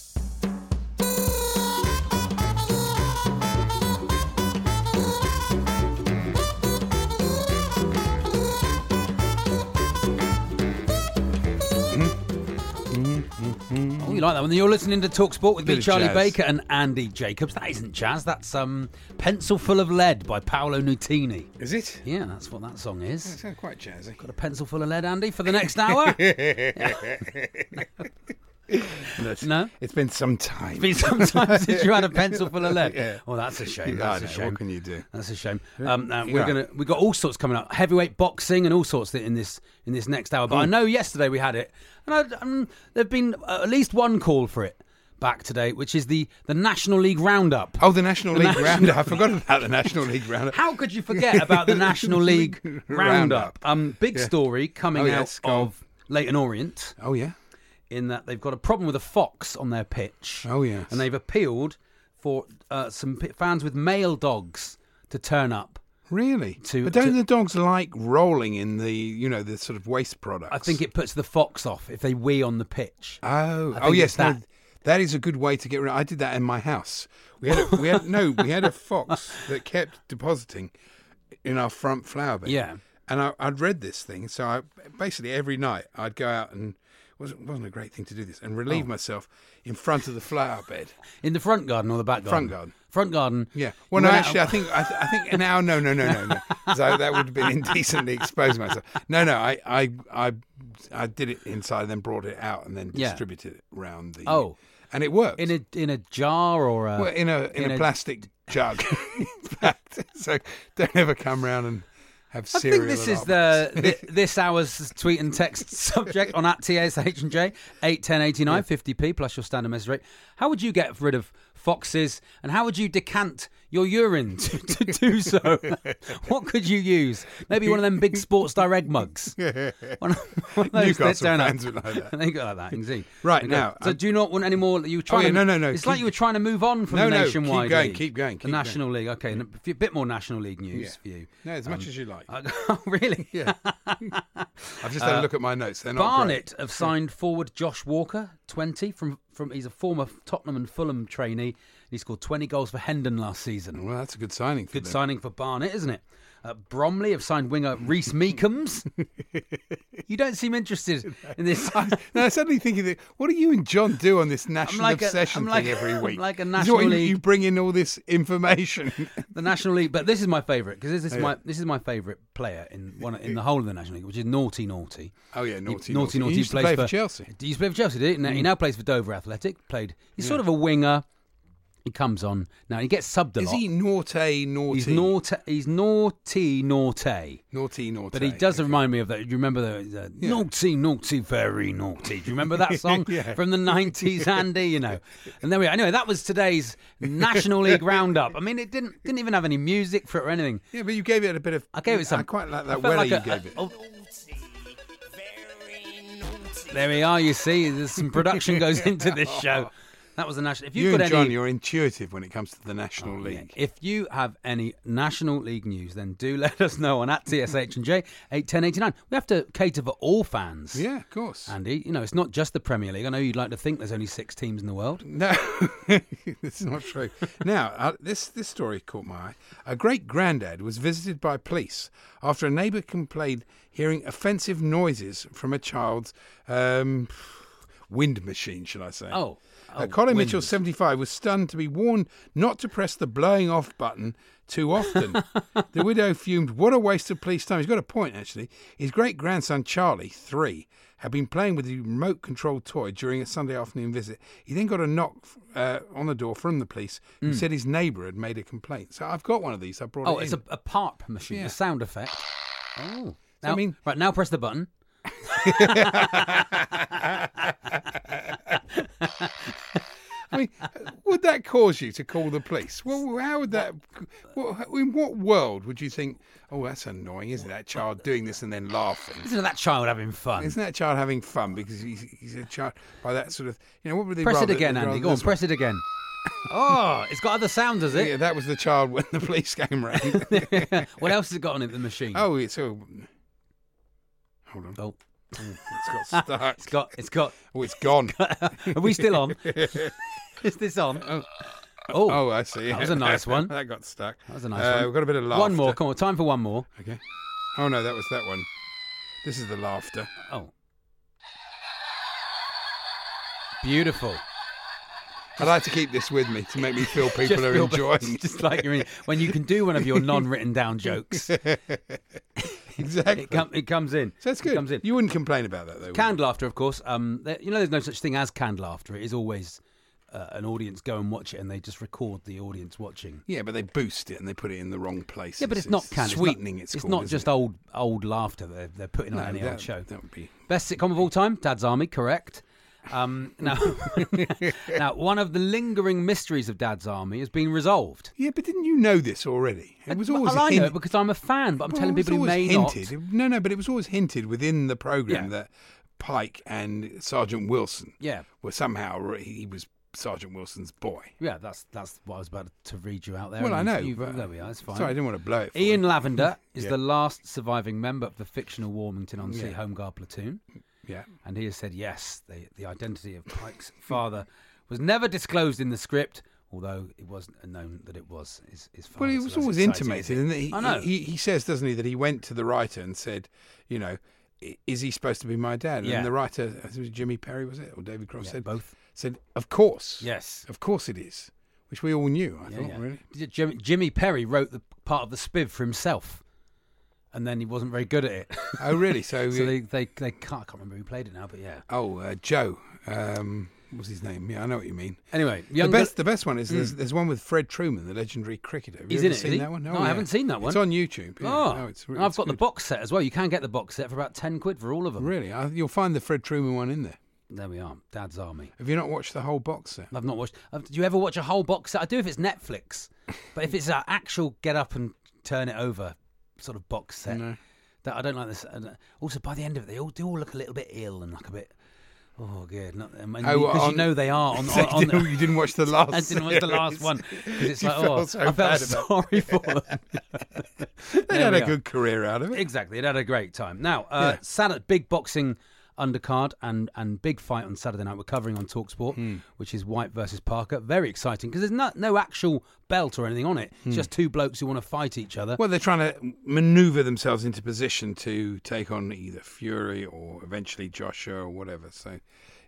B: Oh, you like that one? You're listening to Talk Sport with me,
C: Bit of
B: Charlie
C: jazz.
B: Baker and Andy Jacobs. That isn't jazz. That's um, "Pencil Full of Lead" by Paolo Nutini.
C: Is it?
B: Yeah, that's what that song
C: That
B: is.
C: sounds quite jazzy.
B: Got a pencil full of lead, Andy, for the next hour. No?
C: It's been some time.
B: It's been some time since you had a pencil full of lead.
C: Yeah.
B: Oh, that's a shame.
C: I
B: That's a
C: know,
B: shame.
C: What can you do?
B: That's a shame. Um, uh, we're
C: Yeah.
B: gonna we got all sorts coming up, heavyweight boxing and all sorts in this in this next hour. But
C: Mm.
B: I know yesterday we had it, and I, um, there've been uh, at least one call for it back today, which is the the National League roundup.
C: Oh, the National League
B: National-
C: Roundup. I forgot about the National League Roundup.
B: How could you forget about the National League roundup?
C: Roundup.
B: Um, big
C: Yeah.
B: story coming
C: Oh, yes,
B: out
C: go on.
B: of Leighton Orient
C: Oh, yeah.
B: in that they've got a problem with a fox on their pitch.
C: Oh, yes.
B: and they've appealed for uh, some p- fans with male dogs to turn up.
C: Really?
B: To-
C: but don't
B: to-
C: the dogs like rolling in the, you know, the sort of waste products?
B: I think it puts the fox off if they wee on the pitch.
C: Oh,
B: I
C: oh
B: think
C: yes,
B: it's
C: no,
B: that.
C: that is a good way to get rid. I did that in my house. We had a, we had no, we had a fox that kept depositing in our front flower bed.
B: Yeah.
C: and I, I'd read this thing, so I basically every night I'd go out and it wasn't wasn't a great thing to do this and
B: Oh.
C: relieve myself in front of the flower bed.
B: In the front garden or the back garden?
C: Front garden.
B: Front garden.
C: Yeah.
B: You
C: Well, no,
B: went out-
C: actually, I think I, th- I think now, no, no, no, no, no. So that would have been indecently exposing myself. No, no, I, I, I, I did it inside, then brought it out, and then
B: Yeah.
C: distributed it round the.
B: Oh.
C: And it worked.
B: in a in a jar or a
C: well, in a in, a, plastic jug. in fact, so don't ever come round and have
B: I
C: cereal.
B: think this
C: at
B: is
C: our
B: the,
C: place.
B: thi- this hour's tweet and text subject on at TSH and J eight ten eighty nine fifty p plus your standard message rate. How would you get rid of foxes, and how would you decant your urine to, to do so? what could you use? Maybe one of them big Sports Direct mugs. One of, one of those that
C: Newcastle
B: don't
C: fans
B: have-
C: would like that.
B: they go like that. You can see.
C: Right,
B: They go,
C: now,
B: so
C: I'm-
B: do you not want any more? You were trying?
C: yeah,
B: to,
C: no, no, no,
B: It's like
C: keep-
B: you were trying to move on from
C: No,
B: the
C: no, keep
B: nationwide.
C: going,
B: league.
C: keep going,
B: The
C: keep going.
B: national league. Okay, and a bit more national league news
C: Yeah.
B: for you.
C: no, as
B: um,
C: much as you like.
B: Oh, really?
C: yeah. I've just had a look at my notes. They're not great.
B: uh, Barnett have signed forward Josh Walker, 20 from from he's a former Tottenham and Fulham trainee. He scored 20 goals for Hendon last season.
C: Well, that's a good signing. For
B: Good
C: them.
B: signing for Barnett, isn't it? Uh, Bromley have signed winger Reese Meekums. you don't seem interested in this.
C: I, no, I suddenly thinking that what do you and John do on this national
B: like a-
C: obsession
B: I'm like-
C: thing every
B: I'm
C: week?
B: like a
C: This is
B: National
C: what you-
B: League-
C: You bring in all this information.
B: the National League, but this is my favourite because this is
C: Oh, Yeah.
B: my this is my favourite player in one in the whole of the National League, which is Naughty Naughty.
C: Oh, yeah,
B: He-
C: Naughty
B: Naughty
C: Naughty. He used to
B: plays
C: play for Chelsea. Mm.
B: He used to play for Chelsea, did he? Now, He now plays for Dover Athletic. Played. He's sort of a winger. He comes on now. He gets subbed a
C: is
B: lot.
C: he naughty, naughty,
B: He's naughty. He's naughty, naughty.
C: naughty, naughty?
B: But he does remind me of that. Do you remember the, the naughty, naughty, very naughty? Do you remember that song
C: Yeah.
B: from the nineties, Andy? You know. And there we are. Anyway, that was today's National League roundup. I mean, it didn't didn't even have any music for it or anything.
C: Yeah, but you gave it a bit of.
B: I gave it some.
C: I quite like
B: I
C: that
B: felt
C: welly
B: like a-
C: you gave it.
B: a- There we are. You see, there's some production goes into this show. That was the national. If you've
C: You
B: got
C: and
B: any,
C: John, you're intuitive when it comes to the National
B: Oh, yeah.
C: League.
B: If you have any National League news, then do let us know on at TSH and J eight ten eighty nine. We have to cater for all fans.
C: Yeah, of course.
B: Andy, you know it's not just the Premier League. I know you'd like to think there's only six teams in the world.
C: No, it's not true. now, uh, this this story caught my eye. A great granddad was visited by police after a neighbour complained hearing offensive noises from a child's um, wind machine, shall I say?
B: Oh,
C: Uh,
B: oh,
C: Colin
B: wind.
C: Mitchell, 75, was stunned to be warned not to press the blowing off button too often. the widow fumed, What a waste of police time. He's got a point, actually. His great grandson, Charlie, three, had been playing with the remote controlled toy during a Sunday afternoon visit. He then got a knock uh, on the door from the police who said his neighbour had made a complaint. So I've got one of these. I brought
B: Mm. Oh,
C: it
B: it's a,
C: in.
B: a PARP machine,
C: Yeah.
B: a sound effect. Oh,
C: So, I
B: now,
C: mean-
B: right now, press the button.
C: I mean, would that cause you to call the police? Well, how would that? What, in what world would you think? Oh, that's annoying, isn't it? That child doing this and then laughing.
B: Listen to that child having fun.
C: Isn't that child having fun because he's, he's a child by that sort of you know what would they
B: press it
C: rather-
B: again,
C: they'd
B: Andy.
C: rather
B: Go on,
C: this
B: press it again. oh, it's got other sounds, does
C: one- Yeah,
B: it?
C: that was the child when the police came round.
B: what else has it got on it? The machine.
C: oh, it's all. Hold on,
B: oh.
C: it's got stuck.
B: it's got. It's got.
C: Oh, it's gone.
B: Are we still on? Is this on? Oh,
C: Oh, I see.
B: That was a nice one.
C: that got stuck.
B: that was a nice
C: Uh,
B: one.
C: We've got a bit of laughter.
B: One more. Come on, time for one more.
C: Okay. Oh no, that was that one. This is the laughter.
B: Oh, beautiful.
C: I like to keep this with me to make me feel people
B: Just
C: are
B: feel-
C: enjoying.
B: Just like you're in, when you can do one of your non-written down jokes,
C: exactly.
B: it, com- it comes in.
C: so that's
B: It
C: good.
B: comes in.
C: You wouldn't complain about that though. would
B: Canned laughter, of course. Um, there, you know, there's no such thing as canned laughter. It is always uh, an audience go and watch it, and they just record the audience watching.
C: you? Yeah, but they boost it and they put it in the wrong place.
B: Yeah, but it's, not canned.
C: Sweetening.
B: It's
C: It's,
B: not,
C: called,
B: not
C: isn't
B: just
C: it?
B: old old laughter they're, they're putting on
C: No,
B: any
C: that-
B: old show.
C: That would be.
B: Best sitcom of all time, Dad's Army, correct. Um, now, now, one of the lingering mysteries of Dad's Army has been resolved.
C: Yeah, but didn't you know this already? It was always.
B: Uh, well, I know
C: hint-
B: it because I'm a fan, but I'm
C: Well,
B: telling
C: it was
B: people who
C: always
B: may
C: hinted.
B: not.
C: No, no, but it was always hinted within the program
B: Yeah.
C: that Pike and Sergeant Wilson
B: Yeah,
C: were somehow he was Sergeant Wilson's boy.
B: yeah, that's that's what I was about to read you out there.
C: well, I
B: and
C: know.
B: you've-
C: but-
B: there we are. It's fine.
C: Sorry, I didn't want to blow it. For
B: Ian
C: you.
B: Lavender is
C: Yeah.
B: the last surviving member of the fictional Warmington on Sea
C: Yeah.
B: Home Guard platoon,
C: Yeah.
B: and he has said yes, the, the identity of Pike's father was never disclosed in the script, although it was known that it was his, his father.
C: Well, it
B: so
C: was
B: that's
C: always
B: exciting,
C: intimated,
B: isn't
C: and
B: it?
C: he,
B: I know.
C: he he says, doesn't he, that he went to the writer and said, you know, "I- is he supposed to be my dad?
B: Yeah.
C: And the writer, I think it was Jimmy Perry, was it, or David Cross
B: Yeah,
C: said
B: both.
C: said, of course,
B: Yes.
C: of course it is, which we all knew. I
B: Yeah,
C: thought
B: yeah.
C: really.
B: Did Jimmy, Jimmy Perry wrote the part of the spiv for himself, and then he wasn't very good at it.
C: Oh, really? So,
B: so
C: uh,
B: they they they can't, I can't remember who played it now, but yeah.
C: Oh, uh, Joe. Um, what was his name? Yeah, I know what you mean.
B: Anyway,
C: The
B: young Hmm.
C: best, the best one is there's, there's one with Fred Truman, the legendary cricketer. Have you
B: He's
C: ever
B: in it, is
C: seen
B: he?
C: that one? Oh,
B: No, I haven't seen that one.
C: It's on YouTube. yeah.
B: Oh,
C: No, it's, re-
B: I've
C: it's
B: got the
C: good.
B: box set as well. You can get the box set for about ten quid for all of them.
C: Really, I, you'll find the Fred Truman one in there.
B: There we are. Dad's Army.
C: Have you not watched the whole box set?
B: I've not watched. I've, do you ever watch a whole box set? I do if it's Netflix, but if it's an actual get up and turn it over sort of box set,
C: No.
B: that I don't like this. and, uh, Also, by the end of it, they all do all look a little bit ill and like a bit. Oh, good. Not, I mean,
C: Oh,
B: because you
C: on-
B: know they are on.
C: So
B: on, on
C: you didn't watch the last.
B: I didn't watch the last
C: series.
B: one 'cause it's
C: You
B: like,
C: felt
B: oh,
C: so
B: I felt
C: bad about
B: sorry for them.
C: They
B: There
C: had
B: we
C: a
B: are.
C: good career out of it.
B: Exactly, it had a great time. Now, uh,
C: Yeah.
B: Saturday, big boxing undercard and and big fight on Saturday night. We're covering on Talksport,
C: Hmm.
B: which is White versus Parker. Very exciting because there's no no actual belt or anything on it. It's just two blokes who want to fight each other.
C: Hmm. Well, they're trying to maneuver themselves into position to take on either Fury or eventually Joshua or whatever. So,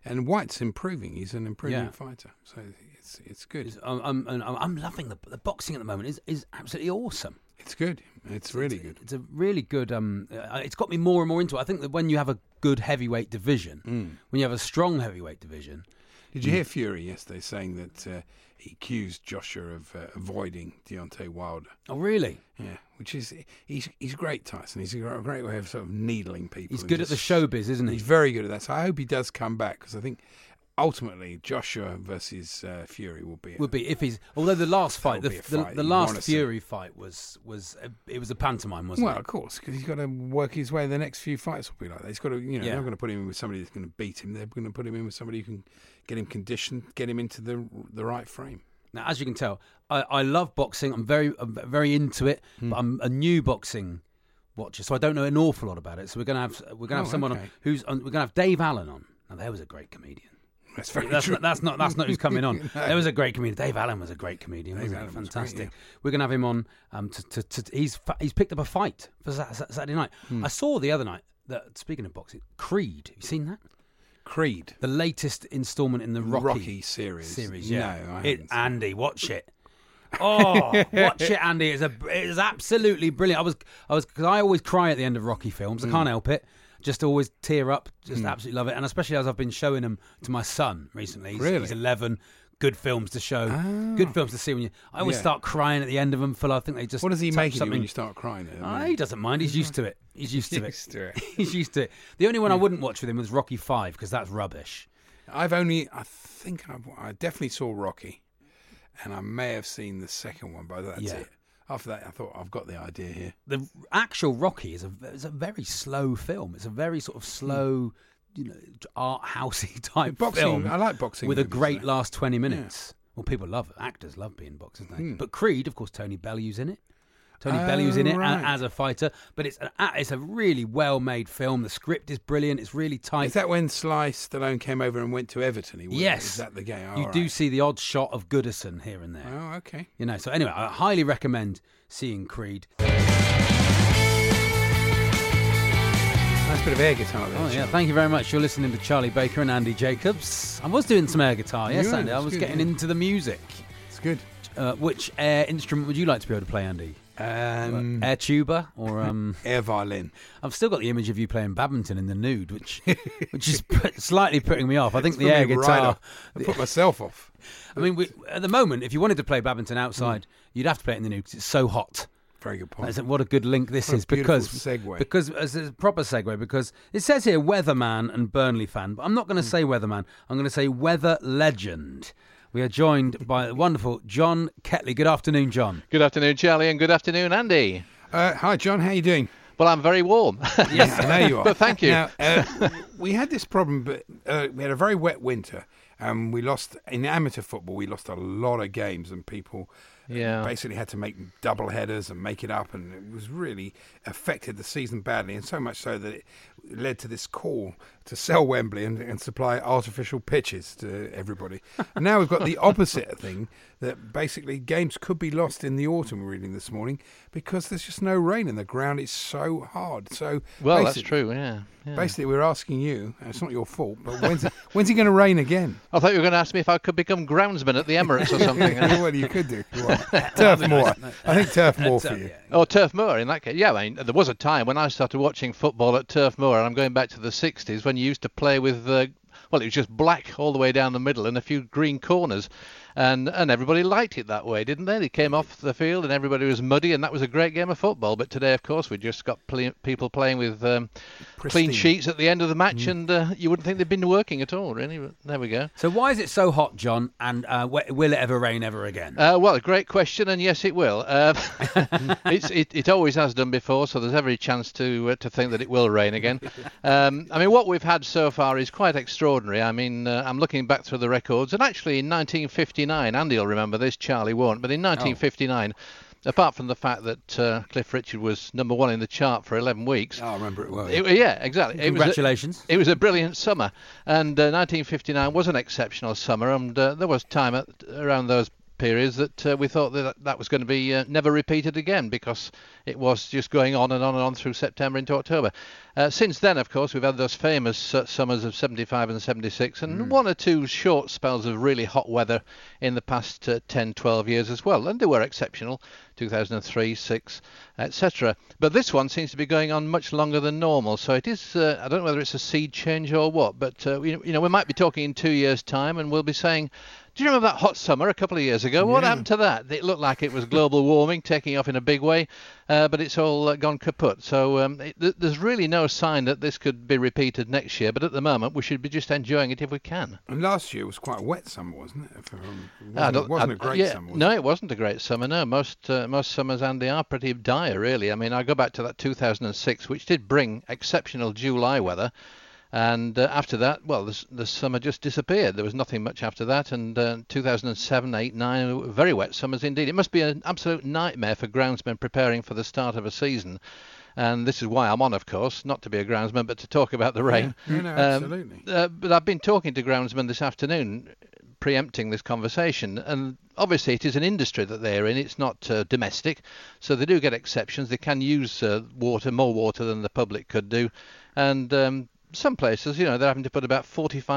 C: and White's improving; he's an improving
B: Yeah.
C: fighter. So it's it's good. It's,
B: It's- I'm, I'm, I'm- I'm loving the, the boxing at the moment. is is absolutely awesome.
C: good. It's really good.
B: It's a really good. Um, uh, it's got me more and more into it. I think that when you have a good heavyweight division,
C: Hmm.
B: when you have a strong heavyweight division,
C: Did you
B: Mm.
C: hear Fury yesterday saying that uh, he accused Joshua of uh, avoiding Deontay Wilder?
B: oh really?
C: Yeah, which is he's he's great, Tyson. He's a gr- great way of sort of needling people.
B: He's
C: and
B: good at the
C: just-
B: showbiz, isn't he?
C: He's very good at that. So I hope he does come back because I think ultimately Joshua versus uh, Fury will be.
B: Would be if he's although the last fight,
C: would
B: the,
C: be a
B: the,
C: fight
B: the
C: you
B: last
C: wanna see.
B: Fury fight was was a, it was a pantomime, wasn't
C: well,
B: it?
C: of course, because he's got to work his way. The next few fights will be like that. He's got to, you know,
B: Yeah.
C: they're not going to put him in with somebody that's going to beat him. They're going to put him in with somebody who can get him conditioned, get him into the the right frame.
B: Now, as you can tell, I, I love boxing. I'm very I'm very into it,
C: Hmm.
B: but I'm a new boxing watcher, so I don't know an awful lot about it. So we're gonna have we're gonna have
C: Oh,
B: someone on,
C: okay.
B: who's on, we're gonna have Dave Allen on. Now there was a great comedian.
C: That's very
B: That's
C: true.
B: not, that's not that's not who's coming on. There was a great comedian. Dave Allen was a great comedian. Wasn't he?
C: Allen was great,
B: Fantastic. We're gonna have him on. Um, to, to, to he's fa- he's picked up a fight for Sa- Sa- Saturday night.
C: Hmm.
B: I saw the other night that speaking of boxing, Creed. You seen that?
C: Creed.
B: The latest installment in the Rocky,
C: Rocky, series.
B: series. Yeah,
C: No, I
B: It-
C: haven't.
B: Andy, watch it. Oh, watch it, Andy. It's a it's absolutely brilliant. I was I was because I always cry at the end of Rocky
C: Mm.
B: films. I can't help it. Just always tear up. Just absolutely love it, and especially as I've been showing them to my son recently. He's,
C: Really?
B: he's eleven. Good films to show.
C: Ah.
B: Good films to see when you. I always
C: Yeah.
B: start crying at the end of them. Phil, I think they just.
C: what does he
B: touch
C: make of you
B: something.
C: when you start crying? Though,
B: Ah, he doesn't mind. He's used to it. He's used to
C: Used
B: it.
C: to it.
B: He's used to it. The only one I wouldn't watch with him was Rocky Five because that's rubbish.
C: I've only, I think I've, I definitely saw Rocky, and I may have seen the second one, but that's
B: Yeah.
C: it. After that, I thought I've got the idea here.
B: the actual Rocky is a is a very slow film. It's a very sort of slow, you know, art housey type
C: Boxing-
B: film.
C: I like boxing
B: with a
C: movies,
B: great
C: though.
B: last twenty minutes. Well, people love it. actors love being boxers. They? But Creed, of course, Tony Bellew's in it. Tony
C: Hmm. Oh,
B: Bellew's in it a-
C: right.
B: as a fighter, but it's an, a- it's a really well made film. The script is brilliant. It's really tight.
C: Is that when Sly Stallone came over and went to Everton? He was-
B: yes,
C: Is that the game?
B: you do see the odd shot of Goodison here and there.
C: Oh, okay.
B: You know, so anyway, I highly recommend seeing Creed.
C: Nice bit of air guitar there.
B: Oh yeah,
C: Charlie.
B: thank you very much. You're listening to Charlie Baker and Andy Jacobs. I was doing some air guitar, yes,
C: Yeah,
B: Andy. I
C: that's
B: was
C: good,
B: getting
C: yeah.
B: into the music.
C: It's good.
B: Uh, which air instrument would you like to be able to play, Andy?
C: Um,
B: air tuba, or um,
C: air violin.
B: I've still got the image of you playing badminton in the nude, which which is put, slightly putting me off. I think
C: Put
B: the air
C: me right
B: guitar.
C: off. I put myself off.
B: I mean, we, at the moment, if you wanted to play badminton outside,
C: Mm.
B: you'd have to play it in the nude 'cause it's so hot.
C: Very good point.
B: That's it. What a good link this
C: What a
B: is
C: beautiful
B: because
C: segue.
B: because as a proper segue because it says here weatherman and Burnley fan, but I'm not going
C: Hmm.
B: to say weatherman. I'm going to say weather legend. We are joined by the wonderful John Ketley. Good afternoon, John.
G: Good afternoon, Charlie, and good afternoon, Andy.
C: Uh, hi, John. How you doing?
G: Well, I'm very warm.
C: Yes, there you are.
G: But thank you.
C: Now, uh, we had this problem, but uh, we had a very wet winter, and we lost in amateur football. We lost a lot of games, and people
G: Yeah.
C: basically had to make double headers and make it up, and it was really affected the season badly, and so much so that it led to this call to sell Wembley and, and supply artificial pitches to everybody. and now we've got the opposite thing that basically games could be lost in the autumn. We're reading this morning because there's just no rain, and the ground is so hard. So
G: well, that's
C: Basically-
G: true, yeah. yeah.
C: Basically, we're asking you, and it's not your fault, but when's it, when's it going to rain again?
G: I thought you were going to ask me if I could become groundsman at the Emirates or something.
C: well, you could do. if you want. turf more. I think turf more
G: uh,
C: for you.
G: or Turf Moor, in that case. Yeah, I mean, there was a time when I started watching football at Turf Moor, and I'm going back to the 60s when you used to play with, uh, well, it was just black all the way down the middle and a few green corners. And, and everybody liked it that way, didn't they? They came off the field and everybody was muddy, and that was a great game of football. But today, of course, we just got ple- people playing with um,
C: Pristine. Mm.
G: clean sheets at the end of the match, and uh, you wouldn't think they'd been working at all, really. But there we go.
B: So why is it so hot, John? And uh, wh- will it ever rain ever again?
G: Uh, well, a great question, and yes, it will. Uh, it's, it, it always has done before, so there's every chance to uh, to think that it will rain again. Um, I mean, what we've had so far is quite extraordinary. I mean, uh, I'm looking back through the records, and actually in 1959, Andy will remember this, Charlie won't, but in 1959, apart from the fact that uh, Cliff Richard was number one in the chart for 11 weeks,
C: Oh, I remember it well.
G: it- yeah, exactly. It was a-
B: Congratulations.
G: it was a brilliant summer, and uh, 1959 was an exceptional summer, and uh, there was time at, around those periods that uh, we thought that that was going to be uh, never repeated again because it was just going on and on and on through September into October. Uh, since then, of course, we've had those famous uh, summers of 75 and 76, and one or two short spells of really hot weather in the past uh, 10, 12 years as well, and they were exceptional, 2003, 6, etc. But this one seems to be going on much longer than normal, so it is. Uh, I don't know whether it's a seed change or what, but uh, you, you know we might be talking in two years' time, and we'll be saying Do you remember that hot summer a couple of years ago? What happened to that? It looked like it was global warming taking off in a big way, uh, but it's all uh, gone kaput. So um, it, th- there's really no sign that this could be repeated next year. But at the moment, we should be just enjoying it if we can.
C: And last year was quite a wet summer, wasn't it? If I remember- It
G: Ah, I
C: wasn't,
G: don't-
C: it wasn't
G: I-
C: a great
G: yeah,
C: summer. Was
G: No,
C: it?
G: it wasn't a great summer. No, most uh, most summers, Andy, are pretty dire, really. I mean, I go back to that 2006, which did bring exceptional July weather, and uh, after that, well, the, the summer just disappeared. There was nothing much after that, and uh, 2007, 8, 9, were very wet summers indeed. It must be an absolute nightmare for groundsmen preparing for the start of a season. And this is why I'm on, of course, not to be a groundsman, but to talk about the rain.
C: Yeah, no, absolutely.
G: Uh, but I've been talking to groundsmen this afternoon, preempting this conversation, and obviously it is an industry that they're in. It's not uh, domestic, so they do get exceptions. They can use uh, water, more water than the public could do, and um, some places, you know, they're having to put about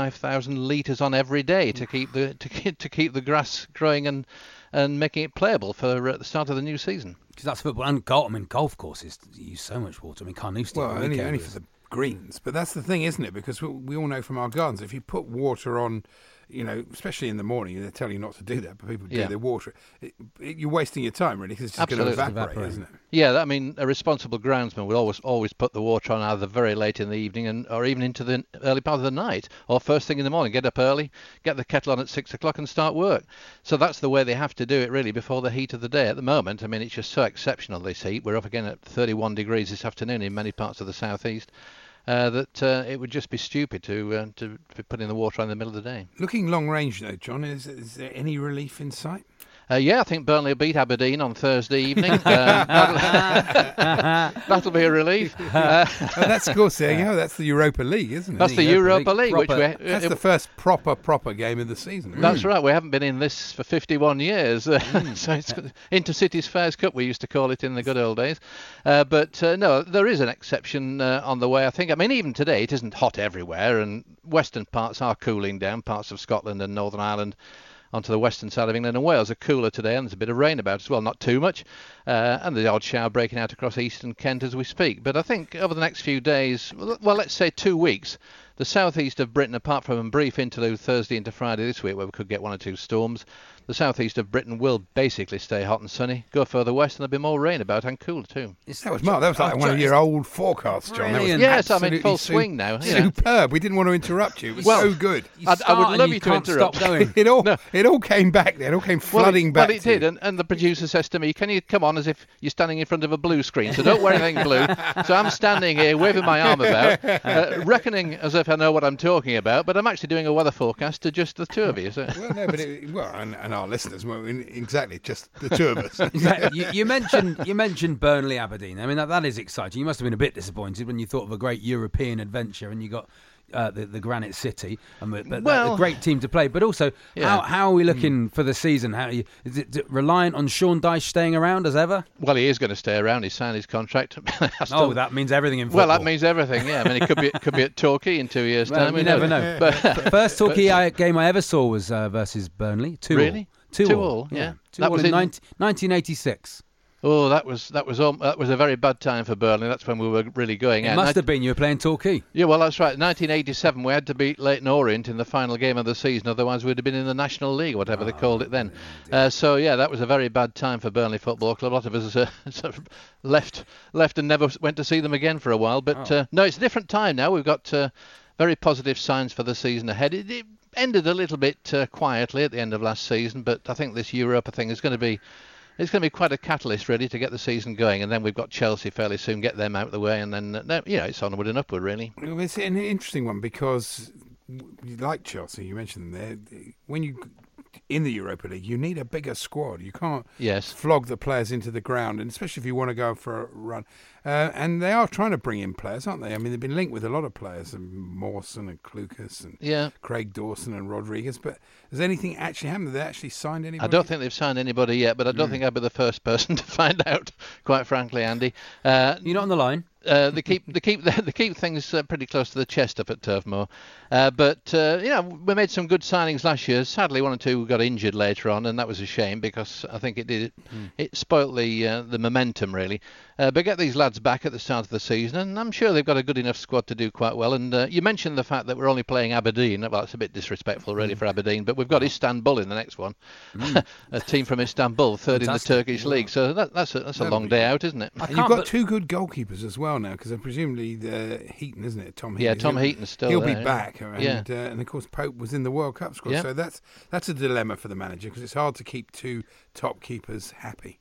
G: 45,000 litres on every day to keep the to keep, to keep the grass growing and and making it playable for uh, the start of the new season.
B: Because that's football. And golf, I mean, golf courses use so much water. I mean, Carnoustie.
C: Well,
B: at the
C: only,
B: weekend
C: only
B: was-
C: for the greens, but that's the thing, isn't it? Because we, we all know from our gardens, if you put water on, you know, especially in the morning, they tell you not to do that, but people do
G: Yeah.
C: their water. It, it, you're wasting your time, really, because it's just going to
G: Absolutely.
C: evaporate,
B: Evaporate.
C: isn't it?
G: Yeah, that- I mean, a responsible groundsman would always always put the water on either very late in the evening and or even into the early part of the night or first thing in the morning. Get up early, get the kettle on at six o'clock and start work. So that's the way they have to do it really before the heat of the day. At the moment, I mean, it's just so exceptional this heat. We're up again at 31 degrees this afternoon in many parts of the southeast. Uh, that uh, it would just be stupid to uh, to be putting the water on in the middle of the day.
C: Looking long range, though, John, is, is there any relief in sight?
G: Uh, yeah, I think Burnley will beat Aberdeen on Thursday evening. um, that'll, that'll be a relief. Uh,
C: Oh, that's, of course, there you go. That's the Europa League, isn't it?
G: That's the Europa League,
B: proper-
G: which we, uh,
C: That's the first proper, proper game of the season.
G: that's right. We haven't been in this for 51 years, uh,
D: Mm.
G: so it's Intercities Fairs Cup we used to call it in the good old days. Uh, but uh, no, there is an exception uh, on the way. I think. I mean, even today it isn't hot everywhere, and western parts are cooling down. Parts of Scotland and Northern Ireland. Onto the western side of England and Wales are cooler today, and there's a bit of rain about as well, not too much, uh, and the odd shower breaking out across eastern Kent as we speak. But I think over the next few days, well, well, let's say two weeks, the southeast of Britain, apart from a brief interlude Thursday into Friday this week where we could get one or two storms, the southeast of Britain will basically stay hot and sunny. Go further west and there'll be more rain about and cooler too.
B: It's-
C: That was Mark. That was like
G: Oh,
B: I've
C: one of
B: just-
C: your old forecasts, John. That was
B: Brilliant.
G: Yes, I'm in
C: absolutely
G: full swing now, yeah.
C: Superb. We didn't want to interrupt you. It was
G: Well-
C: so good.
B: you
G: I- I would
B: start and
G: love you to
B: can't
G: interrupt.
B: Stop going.
C: It all it all came back then. It all came flooding
G: well,
C: back.
G: it, Well, it
C: to you.
G: did, and, and the producer says to me, "Can you come on as if you're standing in front of a blue screen? So don't wear anything blue." So I'm standing here waving my arm about, uh, reckoning as if I know what I'm talking about, but I'm actually doing a weather forecast to just the two of you. So.
C: Well, no, but it, well, and, and our listeners weren't in- exactly just the two of us.
B: Yeah, you, you mentioned you mentioned Burnley Aberdeen. I mean that, that is exciting. You must have been a bit disappointed when you thought of a great European adventure and you got uh, the, the Granite City. And but, but that-
G: Well-
B: a great team to play. But also,
G: Yeah. Hmm.
B: how, how are we looking for the season? How are you, is it is it reliant on Sean Dyche staying around as ever?
G: Well, he is going to stay around. He signed his contract. I
B: Oh,
G: still-
B: that means everything in
G: Well,
B: football.
G: that means everything. Yeah, I mean, it could be it could be at Torquay in two years'
B: Well,
G: time.
B: you
G: we
B: never know.
G: But
B: The first Torquay I, game I ever saw was uh, versus Burnley. Two
G: Really?
B: all. Two,
G: Two
B: all.
G: all, yeah.
B: Two
G: That
B: all
G: was
B: in,
G: in-
B: 19- 1986.
G: oh, that was that was um, that was a very bad time for Burnley. That's when we were really going out.
B: It
G: And I-
B: must have been you were playing Torquay.
G: Yeah, well, that's right. 1987, we had to beat Leighton Orient in the final game of the season. Otherwise, we'd have been in the National League, whatever they called it then. Uh, so yeah, that was a very bad time for Burnley Football Club. A lot of us uh, sort of left, left, and never went to see them again for a while. But uh, no, it's a different time now. We've got uh, very positive signs for the season ahead. It, it ended a little bit uh, quietly at the end of last season, but I think this Europa thing is going to be. It's going to be quite a catalyst, really, to get the season going, and then we've got Chelsea fairly soon. Get them out of the way, and then uh, no, you know it's onward and upward, really.
C: Well, it's an interesting one because, w- like Chelsea, you mentioned them there, when you in the Europa League, you need a bigger squad. You can't
G: Yes.
C: flog the players into the ground, and especially if you want to go for a run. Uh, and they are trying to bring in players, aren't they? I mean, they've been linked with a lot of players, and Mawson and Clucas and
G: Yeah.
C: Craig Dawson and Rodriguez. But has anything actually happened? Have they actually signed anybody?
G: I don't think they've signed anybody yet, but I don't think I'd be the first person to find out, quite frankly, Andy. Uh,
B: You're not on the line.
G: uh, they keep they keep they keep things uh, pretty close to the chest up at Turf Moor. Uh, but uh, yeah, we made some good signings last year. Sadly, one or two got injured later on, and that was a shame because I think it did it spoilt the uh, the momentum really. Uh, but get these lads back at the start of the season, and I'm sure they've got a good enough squad to do quite well. And uh, you mentioned the fact that we're only playing Aberdeen. Well, it's a bit disrespectful really for Aberdeen, but we've got Istanbul in the next one, a team from Istanbul, third
B: Fantastic.
G: in the Turkish league. So that, that's a, that's a long day out, isn't it?
B: I
C: And
B: can't
C: you've got
B: but-
C: two good goalkeepers as well now, because presumably the Heaton, isn't it? Tom Heaton.
G: Yeah, Tom
C: He'll-
G: Heaton's still
C: He'll
G: there,
C: be
G: yeah.
C: back, and
G: Yeah.
C: uh, and of course Pope was in the World Cup squad,
G: Yeah.
C: so that's that's a dilemma for the manager because it's hard to keep two top keepers happy.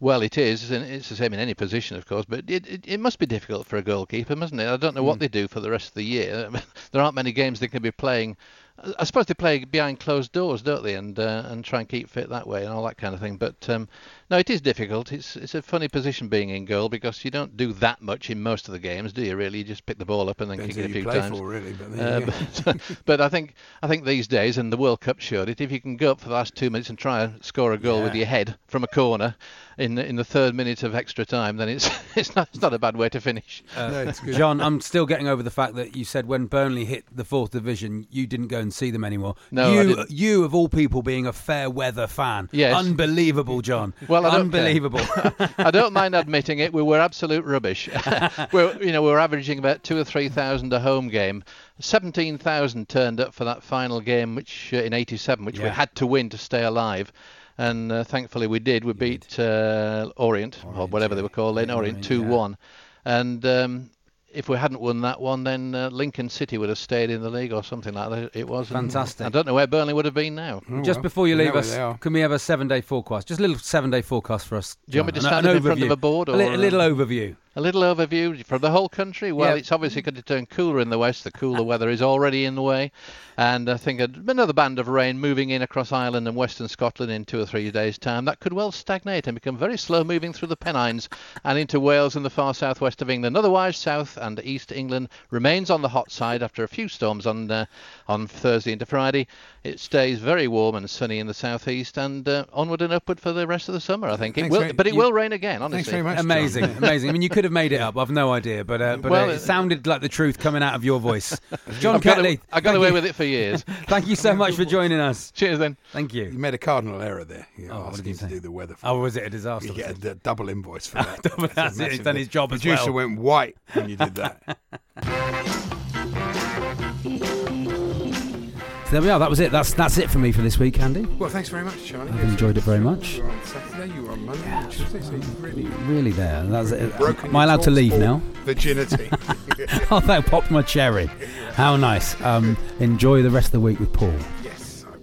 G: Well, it is, and it's the same in any position, of course. But it, it, it must be difficult for a goalkeeper, mustn't it? I don't know
C: Hmm.
G: what they do for the rest of the year. there aren't many games they can be playing. I I suppose they play behind closed doors, don't they? And uh, and try and keep fit that way and all that kind of thing. But um, no, it is difficult. It's it's a funny position being in goal because you don't do that much in most of the games, do you? Really, you just pick the ball up and then
C: Depends
G: kick
C: who
G: it a
C: you
G: few
C: play
G: times.
C: for, really. But there
G: Uh,
C: you go.
G: but, but I think I think these days, and the World Cup showed it. If you can go up for the last two minutes and try and score a goal with
C: Yeah.
G: your head from a corner in the, in the third minute of extra time, then it's it's not it's not a bad way to finish.
B: Uh,
C: no, it's good.
B: John, I'm still getting over the fact that you said when Burnley hit the fourth division, you didn't go and see them anymore.
G: No, I
B: you,
G: didn't.
B: you of all people, being a fair weather fan.
G: Yes.
B: unbelievable, John.
G: Well, I don't care.
B: unbelievable.
G: I don't mind admitting it. We were absolute rubbish. we're, you know, we were averaging about two or three thousand a home game. Seventeen thousand turned up for that final game, which uh, in '87, which we
B: Yeah.
G: had to win to stay alive. And uh, thankfully we did. We beat uh, Orient, or whatever they were called, then
B: Orient,
G: Orient
B: yeah.
G: two one. And um, if we hadn't won that one, then uh, Lincoln City would have stayed in the league or something like that. It was And
B: Fantastic.
G: I don't know where Burnley would have been now.
B: Just before you
C: we Oh, know
B: leave
C: where
B: us,
C: they are.
B: can we have a seven-day forecast? Just a little seven-day forecast for us.
G: Do you want me
B: John.
G: to
B: An-
G: stand
B: an
G: up in front of
B: overview.
G: a board
B: A li-
G: or,
B: a
G: uh,
B: little overview.
G: A little overview for the whole country. Well,
B: Yeah.
G: it's obviously going to turn cooler in the west. The cooler weather is already in the way, and I think a, another band of rain moving in across Ireland and western Scotland in two or three days' time that could well stagnate and become very slow moving through the Pennines and into Wales and the far southwest of England. Otherwise, south and east England remains on the hot side after a few storms on uh, on Thursday into Friday. It stays very warm and sunny in the southeast and uh, onward and upward for the rest of the summer. I think it
C: Thanks
G: will,
C: very-
G: but it
C: you-
G: will rain again. Honestly,
C: Thanks very much. John.
B: Amazing, amazing. I mean, you could have made it up. I've no idea, but uh, but
G: Well,
B: uh, it
G: it-
B: sounded like the truth coming out of your voice. John
G: I've got,
B: Catley,
G: I got
B: thank
G: away
B: you-
G: with it for years.
B: Thank you so much for joining us.
G: Cheers then.
B: Thank
C: You
B: you.
C: made a cardinal error there. You
B: Oh, what did
C: asking
B: you
C: to
B: say?
C: do the weather. For
B: Oh, was it a disaster?
C: you
B: was
C: get
B: it?
C: a, d- double invoice for that.
B: Double-
C: a
B: that's it, he's
C: massive-
B: done his job as
C: Producer
B: well.
C: went white when you did that.
B: So there we are. That was it. That's that's it for me for this week, Andy.
C: well, thanks very much, Charlie.
B: I've enjoyed it very much.
C: You were on Saturday, you were on Monday, on Tuesday, so you've really
B: Really, there. That's it.
C: broken.
B: Am I
C: your
B: allowed to
C: Talksport
B: leave now?
C: Virginity.
B: Oh, that popped my cherry. How nice. Um, enjoy the rest of the week with Paul.
C: yes. I will.